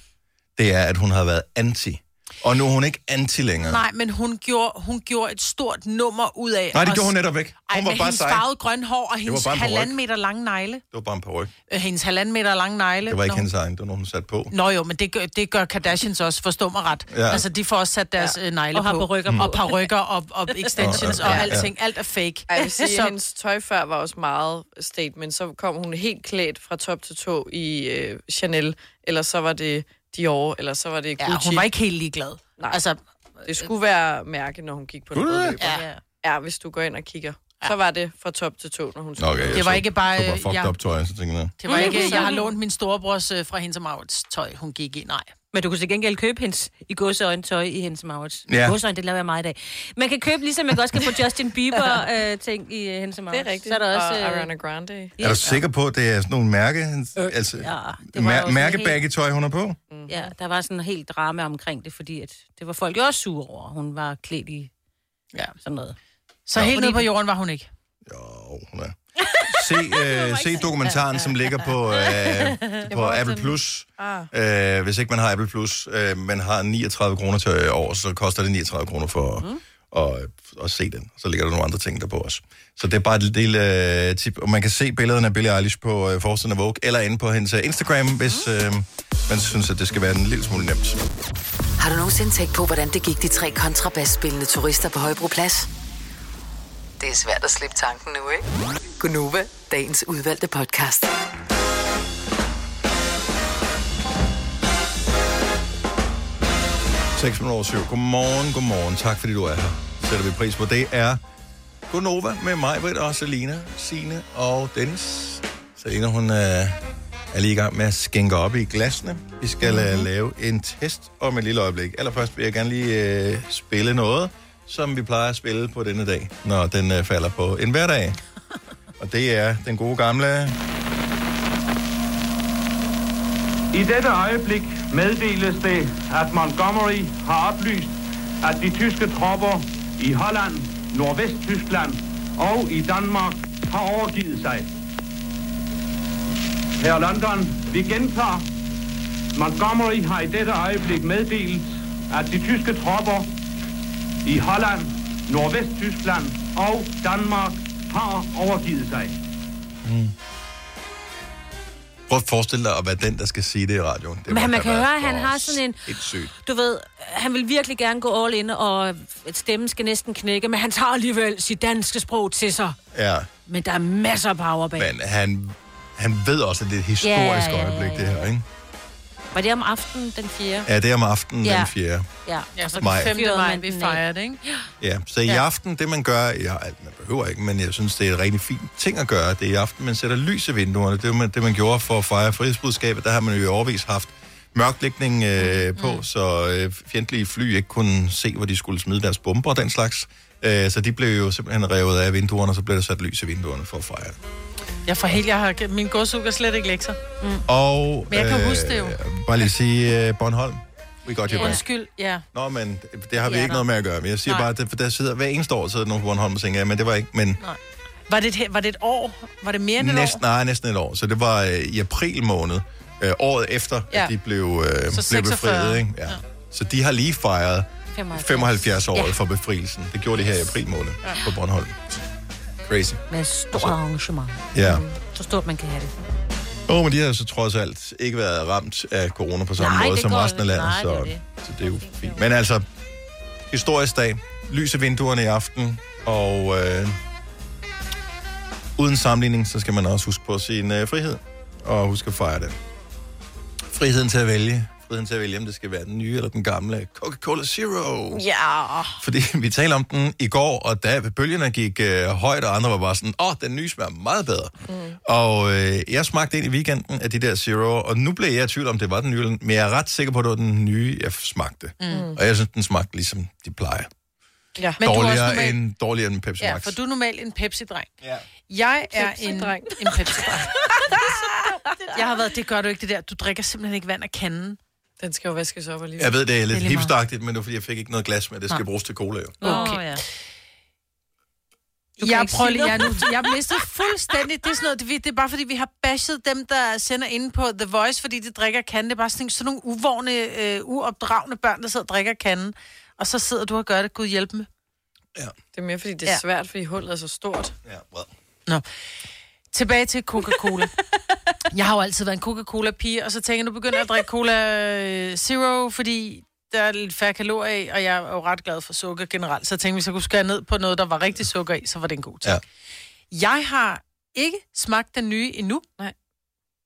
A: det er, at hun har været anti. Og nu er hun ikke anti længere.
C: Nej, men hun gjorde, hun gjorde et stort nummer ud af...
A: Nej, det
C: at-
A: gjorde hun netop ikke. Hun
C: Ej,
A: var
C: med
A: bare
C: hendes
A: sej.
C: farvede grønne hår og
A: Det
C: hendes
A: var bare en paryk.
C: halvanden meter lange negle.
A: Det var bare en parryk.
C: Øh, hendes halvanden meter lange negle.
A: Det var ikke
C: Nå.
A: hendes egen, det var nogen, hun satte på.
C: Nå jo, men det gør, det gør Kardashians også, forstå mig ret.
A: Ja.
C: Ja. Altså, de får også sat deres ja. negle
B: Og har
C: på. Mm.
B: parykker på.
C: Og parrykker og,
B: [laughs]
C: og extensions
A: Og- ja,
C: og
A: ja.
C: alting. Alt er fake.
D: Ej, jeg vil sige,
C: Så-
D: at hendes tøj før var også meget statement. Så kom hun helt klædt fra top til tå i øh, Chanel, eller så var det Dior, eller så var det
C: Ja,
D: Gucci.
C: hun var ikke helt ligeglad.
D: Nej.
C: Altså,
D: det skulle være mærke, når hun gik på den
C: Skulle
D: røde
C: det?
D: løber. Ja. ja, hvis du går ind og kigger. Så var det fra top til tå, når hun
A: Nå, okay, jeg
C: Det var
A: så-
C: ikke bare,
A: Så bare
C: øh,
A: fucked
C: ja.
A: up tøj, så tænkte jeg.
C: det var ikke,
B: [laughs]
C: jeg har lånt min storebrors øh, fra hendes og Maurits tøj, hun gik i. Nej.
B: Men du kunne til gengæld købe hendes i godseøjne tøj i hendes Maurits.
C: Ja.
B: Ja. Godseøjne, det laver jeg meget i dag. Man kan købe, ligesom jeg også kan få Justin
D: [laughs]
B: Bieber øh, ting i øh, hendes Maurits.
D: Det er rigtigt.
B: Så er der
D: og
B: også... Øh,
D: Ariana Grande.
A: Er du sikker på, at det er sådan nogle mærke,
C: Øh,
A: altså,
B: ja, det var jo
A: mær-
B: sådan
A: mærkebaggetøj, hun er på?
B: ja, der var sådan en helt drama omkring det, fordi at det var folk jo også sure over. Hun var klædt i ja. sådan noget.
C: Så
B: Nå,
C: helt
B: fordi-
C: nede på jorden var hun ikke.
A: [laughs] Hun er. Se, øh, se dokumentaren, som ligger [laughs] på, øh, på Apple Plus. Øh, hvis ikke man har Apple Plus, øh, man har 39 kroner til øh, år, så koster det 39 kroner for mm. at, at, at se den. Så ligger der nogle andre ting der på os. Så det er bare et lille øh, tip. Og man kan se billederne af Billie Eilish på øh, forsiden af Vogue, eller inde på hendes øh, Instagram, hvis øh, man synes, at det skal være en lille smule nemt.
E: Har du nogensinde tænkt på, hvordan det gik de tre kontrabasspillende turister på Højbroplads? Det er svært at slippe tanken nu, ikke? Gunova, dagens udvalgte podcast.
A: Seks minutter over syv. Godmorgen, godmorgen. Tak fordi du er her. Sætter vi pris på. Det er Gunova med mig, Britt og Selina, Sine og Dennis. Selina, hun øh, er lige i gang med at skænke op i glasene. Vi skal
B: Mhm.
A: mm-hmm. lave en test om et lille øjeblik. Allerførst vil jeg gerne lige øh, spille noget, som vi plejer at spille på denne dag, når den øh, falder på
B: [laughs]
A: en hverdag. Og det er den gode gamle...
M: I dette øjeblik meddeles det, at Montgomery har oplyst, at de tyske tropper i Holland, Nordvest-Tyskland og i Danmark har overgivet sig. Her London, vi gentager. Montgomery har i dette øjeblik meddelt, at de tyske tropper i Holland, Nordvest-Tyskland og Danmark har overgivet sig.
A: Mm. Prøv at forestille dig at være den, der skal sige det i radioen. Det
B: Men
A: må
B: man
A: have
B: kan
A: været
B: høre, at han
A: for
B: har sådan en-
A: sindssygt.
B: Du ved, han vil virkelig gerne gå all in, og stemmen skal næsten knække, men han tager alligevel sit danske sprog til sig.
A: Ja,
B: Men der er masser af power bag.
A: men han, han ved også, at det er et historisk
B: Ja, ja, ja,
A: ja,
B: ja,
A: ja, øjeblik, det her, ikke?
B: Var det om aftenen den 4.
A: Ja, det er om aftenen
B: Ja.
A: den 4.
B: Ja,
C: Ja, så
A: Maj.
C: den 5. maj, vi fejrer det, ikke?
A: Ja, så i
C: Ja.
A: aften, det man gør, ja, alt, man behøver ikke, men jeg synes, det er en rigtig fin ting at gøre, det er i aften, man sætter lys i vinduerne. Det var man, det, man gjorde for at fejre frihedsbudskabet. Der har man jo i overvis haft mørklægning øh, på, mm. så øh, fjendtlige fly ikke kunne se, hvor de skulle smide deres bomber og den slags. Øh, så de blev jo simpelthen revet af vinduerne, og så blev der sat lys i vinduerne for at fejre det.
C: Jeg får helt, jeg har, min gåsug er slet ikke lektier. Mm.
A: Og, øh,
C: Men jeg kan huske det jo.
A: Bare lige sige øh, Bornholm. We got you
C: Ja.
A: back.
C: Undskyld, ja.
A: Nå, men det- det har vi
C: Ja,
A: ikke
C: da.
A: noget med at gøre. Men jeg siger
C: Nej.
A: Nej. bare, at det- for der sidder hver eneste år sidder nogen på Bornholm og tænker, ja, men det var ikke, men
C: Var det, et, he- var det et år? Var det mere end et
A: næsten,
C: år?
A: nej, næsten et år. Så det var øh, i april måned, øh, året efter, ja.
C: Ja.
A: at de blev, øh,
C: Så
A: blev
C: 46.
A: befriet. Ikke? Ja. Ja. Så de har lige fejret 75 året ja. for befrielsen. Det gjorde de her i april måned ja. på Bornholm. Crazy.
B: Med et stort arrangement.
A: Ja.
C: Mm.
B: Så stort, man kan have det.
A: Åh, oh, men de har så trods alt ikke været ramt af corona på samme
B: Nej,
A: måde
B: det
A: som
B: går-
A: resten af landet.
B: nej,
A: så,
B: det er det.
A: så det er jo fint. Men altså, historisk dag. Lys i vinduerne i aften. Og øh, uden sammenligning, så skal man også huske på sin øh, frihed. Og huske at fejre det. Friheden til at vælge. Friheden til at vælge, om det skal være den nye eller den gamle Coca-Cola Zero.
D: Ja.
A: Fordi vi talte om den i går, og da bølgerne gik øh, højt, og andre var bare sådan, åh, oh, den nye smager meget bedre. Mm. Og øh, jeg smagte en i weekenden af de der Zero, og nu blev jeg i tvivl om, det var den nye, eller- men jeg er ret sikker på, at det var den nye, jeg smagte. Mm. Og jeg synes, den smagte ligesom de plejer.
C: Ja.
A: Men dårligere,
C: også
A: normal...
C: normal-
A: end, dårligere end Pepsi
C: Ja,
A: Max.
C: for du er normalt en Pepsi-dreng. Ja. Jeg er
D: Pepsi-dreng.
C: en, en
B: [laughs]
C: Pepsi-dreng. jeg har været, det gør du ikke det der. Du drikker simpelthen ikke vand af kanden.
D: Den skal jo vaskes op alligevel.
A: Jeg ved, det er lidt
C: lige meget.
A: hipstagtigt, men det er fordi, jeg fik ikke noget glas med, det skal
C: Nej.
A: bruges til cola. Jo.
C: Okay.
B: ja.
C: Du
B: kan
C: jeg
B: ikke
C: prøver
B: sige
C: lige, jeg, nu,
B: noget.
C: jeg mistet fuldstændig, det er sådan noget, det, vi- det er bare fordi, vi har bashed dem, der sender ind på The Voice, fordi de drikker kanden. Det er bare sådan, sådan nogle uvågne, øh, uopdragende børn, der sidder og drikker kanden. Og så sidder du og gør det, Gud hjælp dem.
D: Det er mere, fordi det er
C: Ja.
D: svært, fordi hullet er så stort.
A: Ja, well.
C: Nå. Tilbage til Coca-Cola. jeg har jo altid været en Coca-Cola-pige, og så tænker jeg, nu begynder jeg at drikke Cola øh, Zero, fordi der er lidt færre kalorier i, og jeg er jo ret glad for sukker generelt. Så jeg tænkte, hvis jeg kunne skære ned på noget, der var rigtig sukker i, så var det en god ting.
A: Ja.
C: Jeg har ikke smagt den nye endnu, Nej.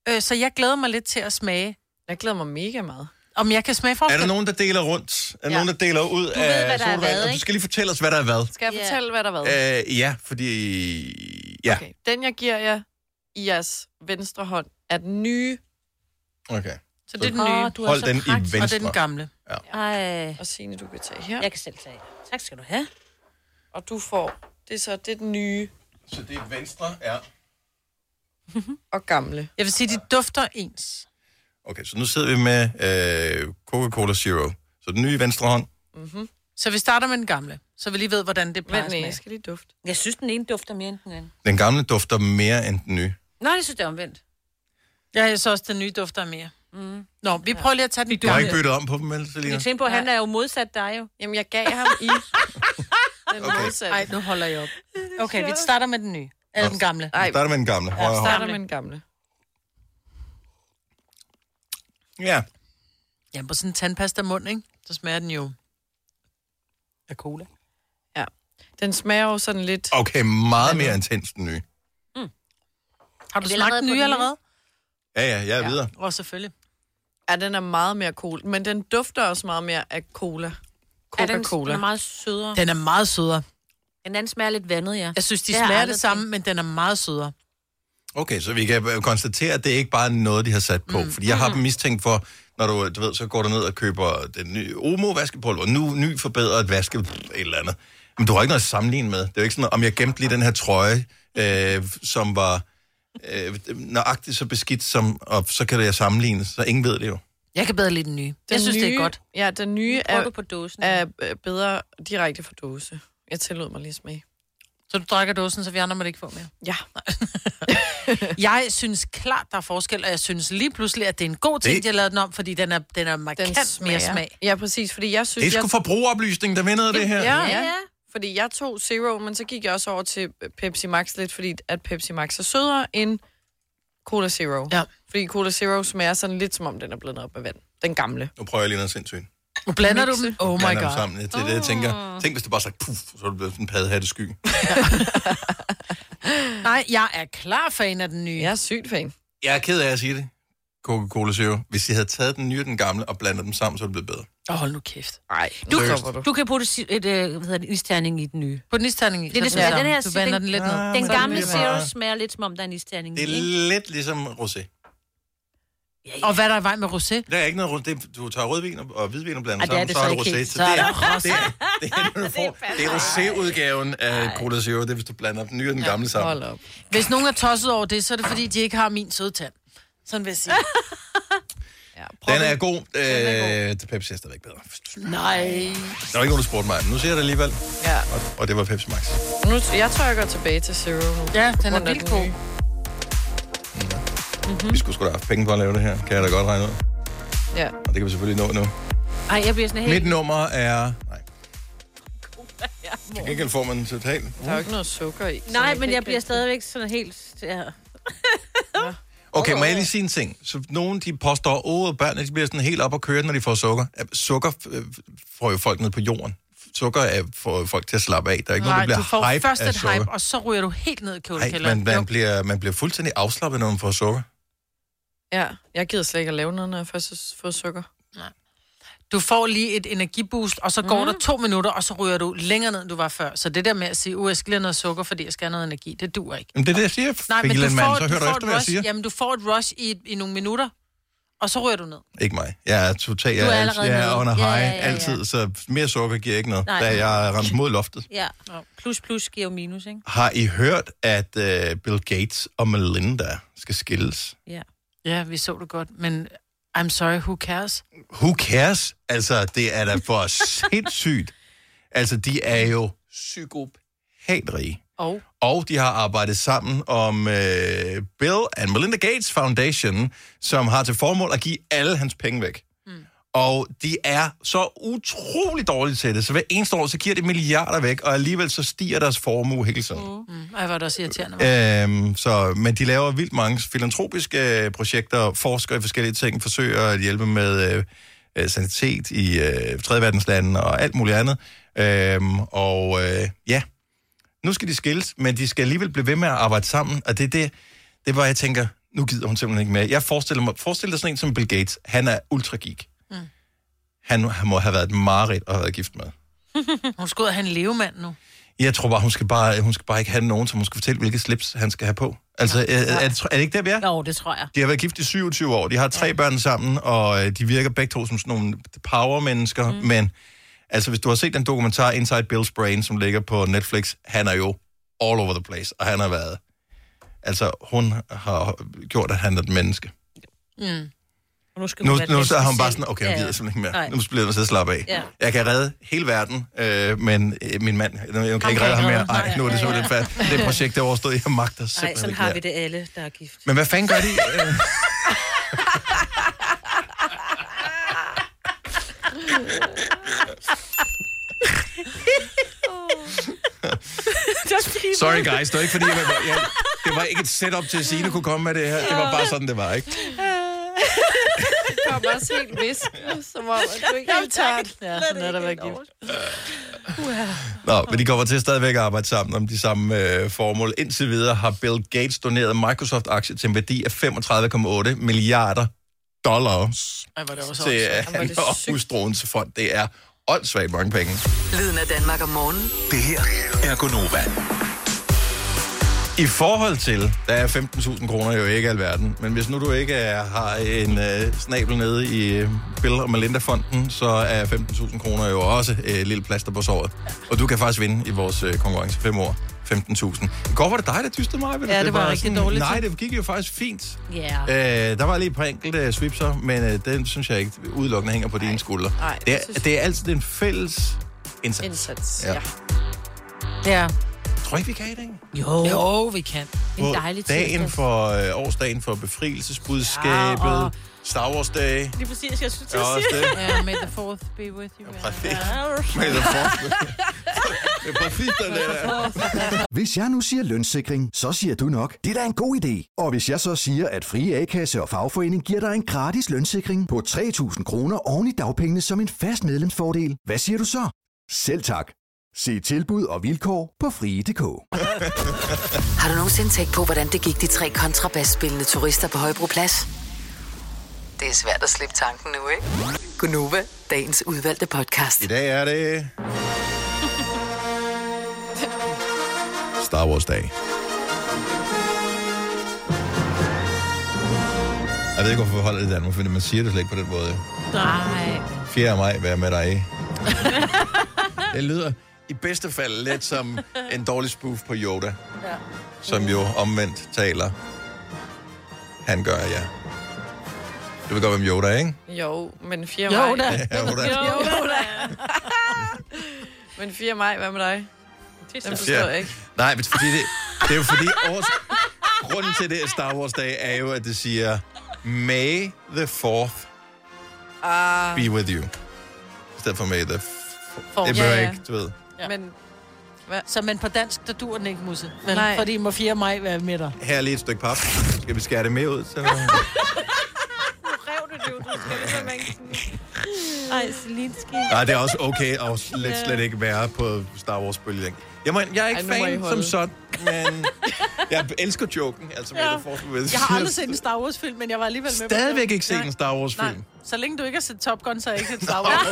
C: Øh, så jeg glæder mig lidt til at smage.
D: Jeg glæder mig mega meget.
C: Om jeg kan smage
A: Er
C: forskel?
A: der nogen, der deler rundt? Er der ja. nogen, der deler ud
C: Du ved, hvad der er
A: af
C: hvad,
A: sodavand? Og Du
C: ikke?
A: skal lige fortælle os, hvad der er hvad.
D: Skal jeg yeah. fortælle, hvad der var?
A: Øh, ja, fordi... Ja, okay.
D: Okay. Den, jeg giver jer i jeres venstre hånd, er den nye.
A: okay.
D: Så
A: det er den nye. Åh, du er Hold så den i praktisk. venstre.
D: Og det er den
C: gamle.
A: Ja.
B: Ej.
D: Og Signe, du kan tage her.
B: Jeg kan selv tage. Tak skal du have.
D: Og du får, det er så det er den nye
A: Så det er venstre, ja.
D: og gamle.
C: Jeg vil sige, de dufter ens.
A: Okay, så nu sidder vi med øh, Coca-Cola Zero. Så den nye i venstre hånd.
C: Mm-hmm. Så vi starter med den gamle. Så vi lige ved, hvordan det plejer at smage.
B: skal lige dufte. Jeg synes, den ene dufter mere end den anden.
A: Den gamle dufter mere end den nye.
B: Nej, jeg synes, det er omvendt.
C: Ja, jeg så også, den nye dufter mere. Mm. Nå, vi prøver lige at tage den
A: Du har ikke byttet om på dem, vel, Selina?
B: Jeg tænker på, at han er jo modsat dig jo.
D: Jamen, jeg gav ham
C: [laughs]
D: i.
C: Den okay. Ej, nu holder jeg op. Okay, vi starter med den nye. Eller den gamle.
A: Vi starter med den gamle.
C: Ja,
A: Højre hånd.
C: starter med den gamle.
A: Ja.
C: Jamen, på sådan en tandpasta mund, ikke? Så smager den jo af cola.
D: Ja. Den smager jo sådan lidt...
A: Okay, meget mere intens den nye.
C: Har
D: du
C: smagt den nye allerede?
A: Ja, ja, jeg er ja. videre.
C: Og selvfølgelig.
D: Ja, den er meget mere cool, men den dufter også meget mere af cola.
B: Ja, den-
D: Coca-Cola.
B: den er meget sødere.
C: Den er meget sødere.
B: Den anden smager lidt vandet, ja.
C: Jeg synes, de
B: har jeg
C: smager
B: aldrig
C: det samme, men den er meget sødere.
A: Okay, så vi kan øh, konstatere, at det ikke bare er noget, de har sat på. Mm. Fordi jeg har dem mistænkt for, når du, du ved, så går du ned og køber den nye Omo-vaskepulver, nu ny forbedret vaske, pff, et eller andet. Men du har ikke noget at sammenligne med. Det er jo ikke sådan, om jeg gemte lige den her trøje, øh, som var øh, nøjagtigt så beskidt, som, og så kan det jeg sammenligne, så ingen ved det jo.
C: Jeg kan bedre lide den nye. Den jeg synes,
D: nye,
C: det er godt.
D: Ja, den nye
C: prøver
D: er,
C: du på dåsen.
D: er øh, bedre direkte fra dåse. Jeg tillod mig lige at smage.
C: Så du drikker dåsen, så vi andre må det ikke få mere?
D: Ja.
C: jeg synes klart, der er forskel, og jeg synes lige pludselig, at det er en god ting,
A: Det-
C: de har lavet den om, fordi den er, den er markant den mere smag.
D: Ja, præcis, fordi jeg synes...
A: Det er sgu
D: jeg...
A: forbrugeroplysning, der vinder det her.
D: Ja, ja. Fordi jeg tog Zero, men så gik jeg også over til Pepsi Max lidt, fordi at Pepsi Max er sødere end Cola Zero.
C: Ja.
D: Fordi Cola Zero smager sådan lidt, som om den er blandet op med vand. Den gamle.
A: Nu prøver jeg lige noget sindssygt.
C: Nu blander du
D: Mixe.
C: dem? Oh
A: Blander
C: my
A: dem
C: god.
A: Sammen. Det er det, jeg tænker. Tænk, hvis du bare sagde, puff, så er du blevet sådan en paddehattesky.
C: Nej, jeg er klar fan af den nye. Jeg
D: er sygt fan.
A: Jeg er ked af at sige det. Coca-Cola Zero. Hvis jeg havde taget den nye og den gamle og blandet dem sammen, så ville det blevet
C: Åh,
A: bedre.
C: hold nu kæft.
D: Nej,
B: Du, du. du kan putte si- et, øh, hvad hedder det, isterning i den nye.
C: På den isterning i.
B: Det er det,
C: så
B: smager,
C: det
B: den her,
C: samme. Du vander den lidt ned.
B: Den
C: Så er det
B: gamle
C: lige
B: Zero
C: meget.
B: smager lidt, som om der er en isterning i.
A: Det
B: ikke?
A: er lidt ligesom rosé.
C: Og hvad er der i vej med rosé?
A: Der er ikke noget rosé. Det- Du tager rødvin og, og hvidvin og blander
C: Ej, det er
A: sammen,
C: det så ikke
A: så er det rosé.
C: helt.
A: Så
C: Så er
A: det er,
C: der
A: det, [laughs] det,
C: [laughs]
A: er, det, du får. det er rosé-udgaven af Cola Zero. Det er, hvis du blander den nye og den gamle sammen.
D: op.
C: Hvis nogen er tosset over det, så er det fordi, de ikke har min søde tand. Sådan vil jeg sige.
A: Den er god. Øh, Pepsi er stadigvæk bedre.
C: Nej.
A: Der var ikke nogen, der spurgte mig. men Nu siger jeg det alligevel.
D: Ja.
A: Og, og det var Pepsi Max.
C: Mhm.
D: Nu, jeg tror, jeg går tilbage til Zero nu.
C: Ja, den er
D: Rundt af
C: vildt god.
D: nye.
A: Vi skulle sgu da have haft penge for at lave det her. Kan jeg da godt regne ud.
D: Ja.
A: Og det kan vi selvfølgelig nå nu.
B: Ej, jeg bliver sådan helt...
A: Mit nummer er... Nej. Til gengæld får man den totalt.
D: Der er jo ikke noget sukker i. så
B: Nej,
D: jeg
B: men
D: kan
B: jeg
D: ikke
B: bliver
D: rigtig-
B: stadigvæk sådan helt... Ja.
A: Mm. Okay, må jeg lige sige en ting? Så nogen, de påstår, åh, børnene de bliver sådan helt op og køre, når de får sukker. Øh, Sukker øh, får jo folk ned på jorden. Sukker er, får jo folk til at slappe af. Der er ikke
C: Nej,
A: nogen, der
C: du
A: bliver
C: får
A: hype
C: først
A: af
C: et
A: sukker.
C: hype, og så ryger du helt ned i
A: Nej,
C: kældekælderen.
A: man, man, bliver, man bliver fuldstændig afslappet, når man får sukker.
D: Ja, jeg gider slet ikke at lave noget, når jeg først har fået sukker.
C: Du får lige et energiboost, og så
B: Mhm.
C: går mm. der to minutter, og så ryger du længere ned, end du var før. Så det der med at sige, uh, jeg skal lige have noget sukker, fordi jeg skal have noget energi, det duer ikke.
A: Jamen, det er det, jeg siger.
C: Nej, men du
A: Finland,
C: får,
A: mand.
C: du
A: så hører du,
C: får
A: efter,
C: et
A: hvad jeg
C: rush,
A: siger.
C: Jamen, du får et rush i, i nogle minutter, og så ryger du ned.
A: Ikke mig. Jeg er totalt,
C: Du er
A: jeg, er,
C: allerede
A: jeg er
C: nede.
A: under
C: Ja,
A: high
C: ja, ja, ja.
A: altid, så mere sukker giver ikke noget,
B: Nej.
A: da jeg er ramt mod loftet.
B: Ja, plus plus giver jo minus, ikke?
A: Har I hørt, at øh, Bill Gates og Melinda skal skilles?
B: Ja.
C: Ja, vi så det godt, men I'm sorry, who cares?
A: Who cares? Altså, det er da for sindssygt. Altså, de er jo psykopat rige.
C: Og?
A: Og de har arbejdet sammen om øh, Bill and Melinda Gates Foundation, som har til formål at give alle hans penge væk. Mm. Og de er så utrolig dårlige til det, så hver eneste år, så giver de milliarder væk, og alligevel så stiger deres formue hele tiden. Mm.
C: Mm, ej, var det også irriterende. hva'?
A: Øhm, så, men de laver vildt mange filantropiske øh, projekter, forsker i forskellige ting, forsøger at hjælpe med øh, øh, sanitet i øh, tredje verdenslande og alt muligt andet. Øhm, og øh, ja, nu skal de skilles, men de skal alligevel blive ved med at arbejde sammen, og det er det, det er, hvor jeg tænker, nu gider hun simpelthen ikke mere. Jeg forestiller mig, forestil dig sådan en som Bill Gates, han er ultra geek.
C: Mm.
A: Mm. Han, han må have været et mareridt at have været gift med.
C: Hun skulle ud og have en levemand nu.
A: Jeg tror bare, hun skal bare, hun skal bare ikke have nogen, som hun skal fortælle, hvilke slips han skal have på. Altså, er, er, det- er det ikke der, vi er?
B: Jo, det tror jeg.
A: De har været gift i 27 år, de har tre børn sammen, og øh, de virker begge to som sådan nogle power-mennesker, mm. men altså, hvis du har set den dokumentar Inside Bill's Brain, som ligger på Netflix, han er jo all over the place, og han har været... Altså, hun har gjort, at han er et menneske.
C: Mm.
B: Nu, skal
A: Nu,
B: hun være
A: nu
B: bedst
A: så har hun
B: selv.
A: bare sådan, okay, jeg
B: Ja, ja.
A: gider simpelthen ikke mere.
B: Nej.
A: Nu bliver jeg nødt til at slappe af.
B: Ja.
A: Jeg kan redde hele verden, øh, men øh, min mand, jeg, jeg kan ikke redde ham mere. Nej, nu er det simpelthen fat. Det projekt er overstået, jeg magter
B: Nej,
A: simpelthen
B: sådan
A: ikke
B: har
A: mere.
B: vi det alle, der er gift.
A: Men hvad fanden gør de? Øh, [laughs] Sorry guys, det var ikke fordi, jeg, jeg, det var ikke et setup til at Signe kunne komme med det her. Det var bare sådan, det var, ikke?
D: Det kom også helt [laughs] visken, som om at du ikke
C: Helt tært. Ja, sådan er der været gift.
A: Nå, men de kommer til stadigvæk at arbejde sammen om de samme øh, formål. Indtil videre har Bill Gates doneret Microsoft-aktier til en værdi af 35,8 milliarder dollars
C: Ej, var det også
A: til
C: åndssvagt.
A: øh,
C: Ej, hvor er
A: [laughs] han
C: det
A: og
C: sygt.
A: hustruens fond. Det er åndssvagt mange penge.
E: Lyden af Danmark om morgenen.
L: Det her er Gonova.
A: I forhold til, der er 15.000 kroner jo ikke alverden, men hvis nu du ikke er, har en øh, snabel nede i øh, Bill og Melinda-fonden, så er 15.000 kroner jo også øh, et lille plaster på såret. Og du kan faktisk vinde i vores øh, konkurrence 5 år. 15.000. I går var det dig, der dystede mig.
C: Ja, det var rigtig dårligt.
A: Nej, det gik jo faktisk fint.
B: Ja.
A: Øh, der var lige et par enkelte øh, sweepser, men øh, den synes jeg ikke udelukkende hænger på dine skuldre.
D: Ej,
A: det,
D: jeg synes-
A: er, det er altid en fælles indsats.
D: Indsats,
A: Ja.
D: ja.
C: Ja.
A: Tror I ikke, vi kan i dag?
B: Jo.
C: Jo, vi kan.
A: på dagen for øh, årsdagen for befrielsesbudskabet, ja,
C: Ja,
A: og...
C: og-
A: Star Wars Day.
B: Lige præcis, jeg synes,
A: Ja, også det.
C: Ja, may the fourth be with you. Ja,
A: præcis. May the fourth be- Det er præcis den der.
J: Hvis jeg nu siger lønssikring, så siger du nok, det er da en god idé. Og hvis jeg så siger, at frie A-kasse og fagforening giver dig en gratis lønssikring på 3.000 kroner oven i dagpengene som en fast medlemsfordel, hvad siger du så? Selv tak. Se tilbud og vilkår på frie.dk.
E: Har du nogensinde tænkt på, hvordan det gik de tre kontrabasspillende turister på Højbroplads? Det er svært at slippe tanken nu, ikke? Gunova, dagens udvalgte podcast.
A: I dag er det... Star Wars Dag. Jeg ved ikke, hvorfor vi holder det i Danmark, fordi man siger det slet ikke på den måde.
B: Nej.
A: 4. maj, vær
D: [laughs]
A: med dig. Det lyder i bedste fald lidt som en dårlig spoof på Yoda,
B: Ja.
A: som jo omvendt taler. Han gør, ja. Du ved godt, hvem Yoda er, ikke?
D: [laughs] Jo, men 4. maj...
A: Jo da. Ja, jo da.
D: Jo da. [laughs] men 4. maj, hvad med dig? Den forstår
A: Ja.
D: jeg ikke.
A: Nej, men fordi det, det er jo
D: [laughs]
A: fordi års... Grunden til det er Star Wars dag er jo, at det siger May the 4th
D: Ah,
A: be with you. I stedet for May the... F-
C: Fourth.
A: det behøver
C: Ja, ja.
A: ikke, du ved.
D: Men,
C: Så men på dansk, der dur den ikke, Musse. Men,
D: Nej.
C: Fordi må 4. maj være med dig.
A: Her er lige et stykke pap. Skal vi skære det med ud? Så...
B: Ej, Selinski.
A: Nej, det er også okay at slet, slet ikke være på Star Wars bølgelængde. Jeg, må, jeg er ikke
C: Ej, nu må I
A: fan som
C: holde.
A: sådan, men jeg elsker joken. Altså, ja. jeg,
C: Jeg har aldrig set en Star Wars-film, men jeg var alligevel med. på den.
A: Stadigvæk ikke set
C: Nej.
A: en Star Wars-film.
C: [laughs] Nej. Så længe du ikke har set Top Gun, så har jeg ikke set Star
A: [laughs]
C: Wars.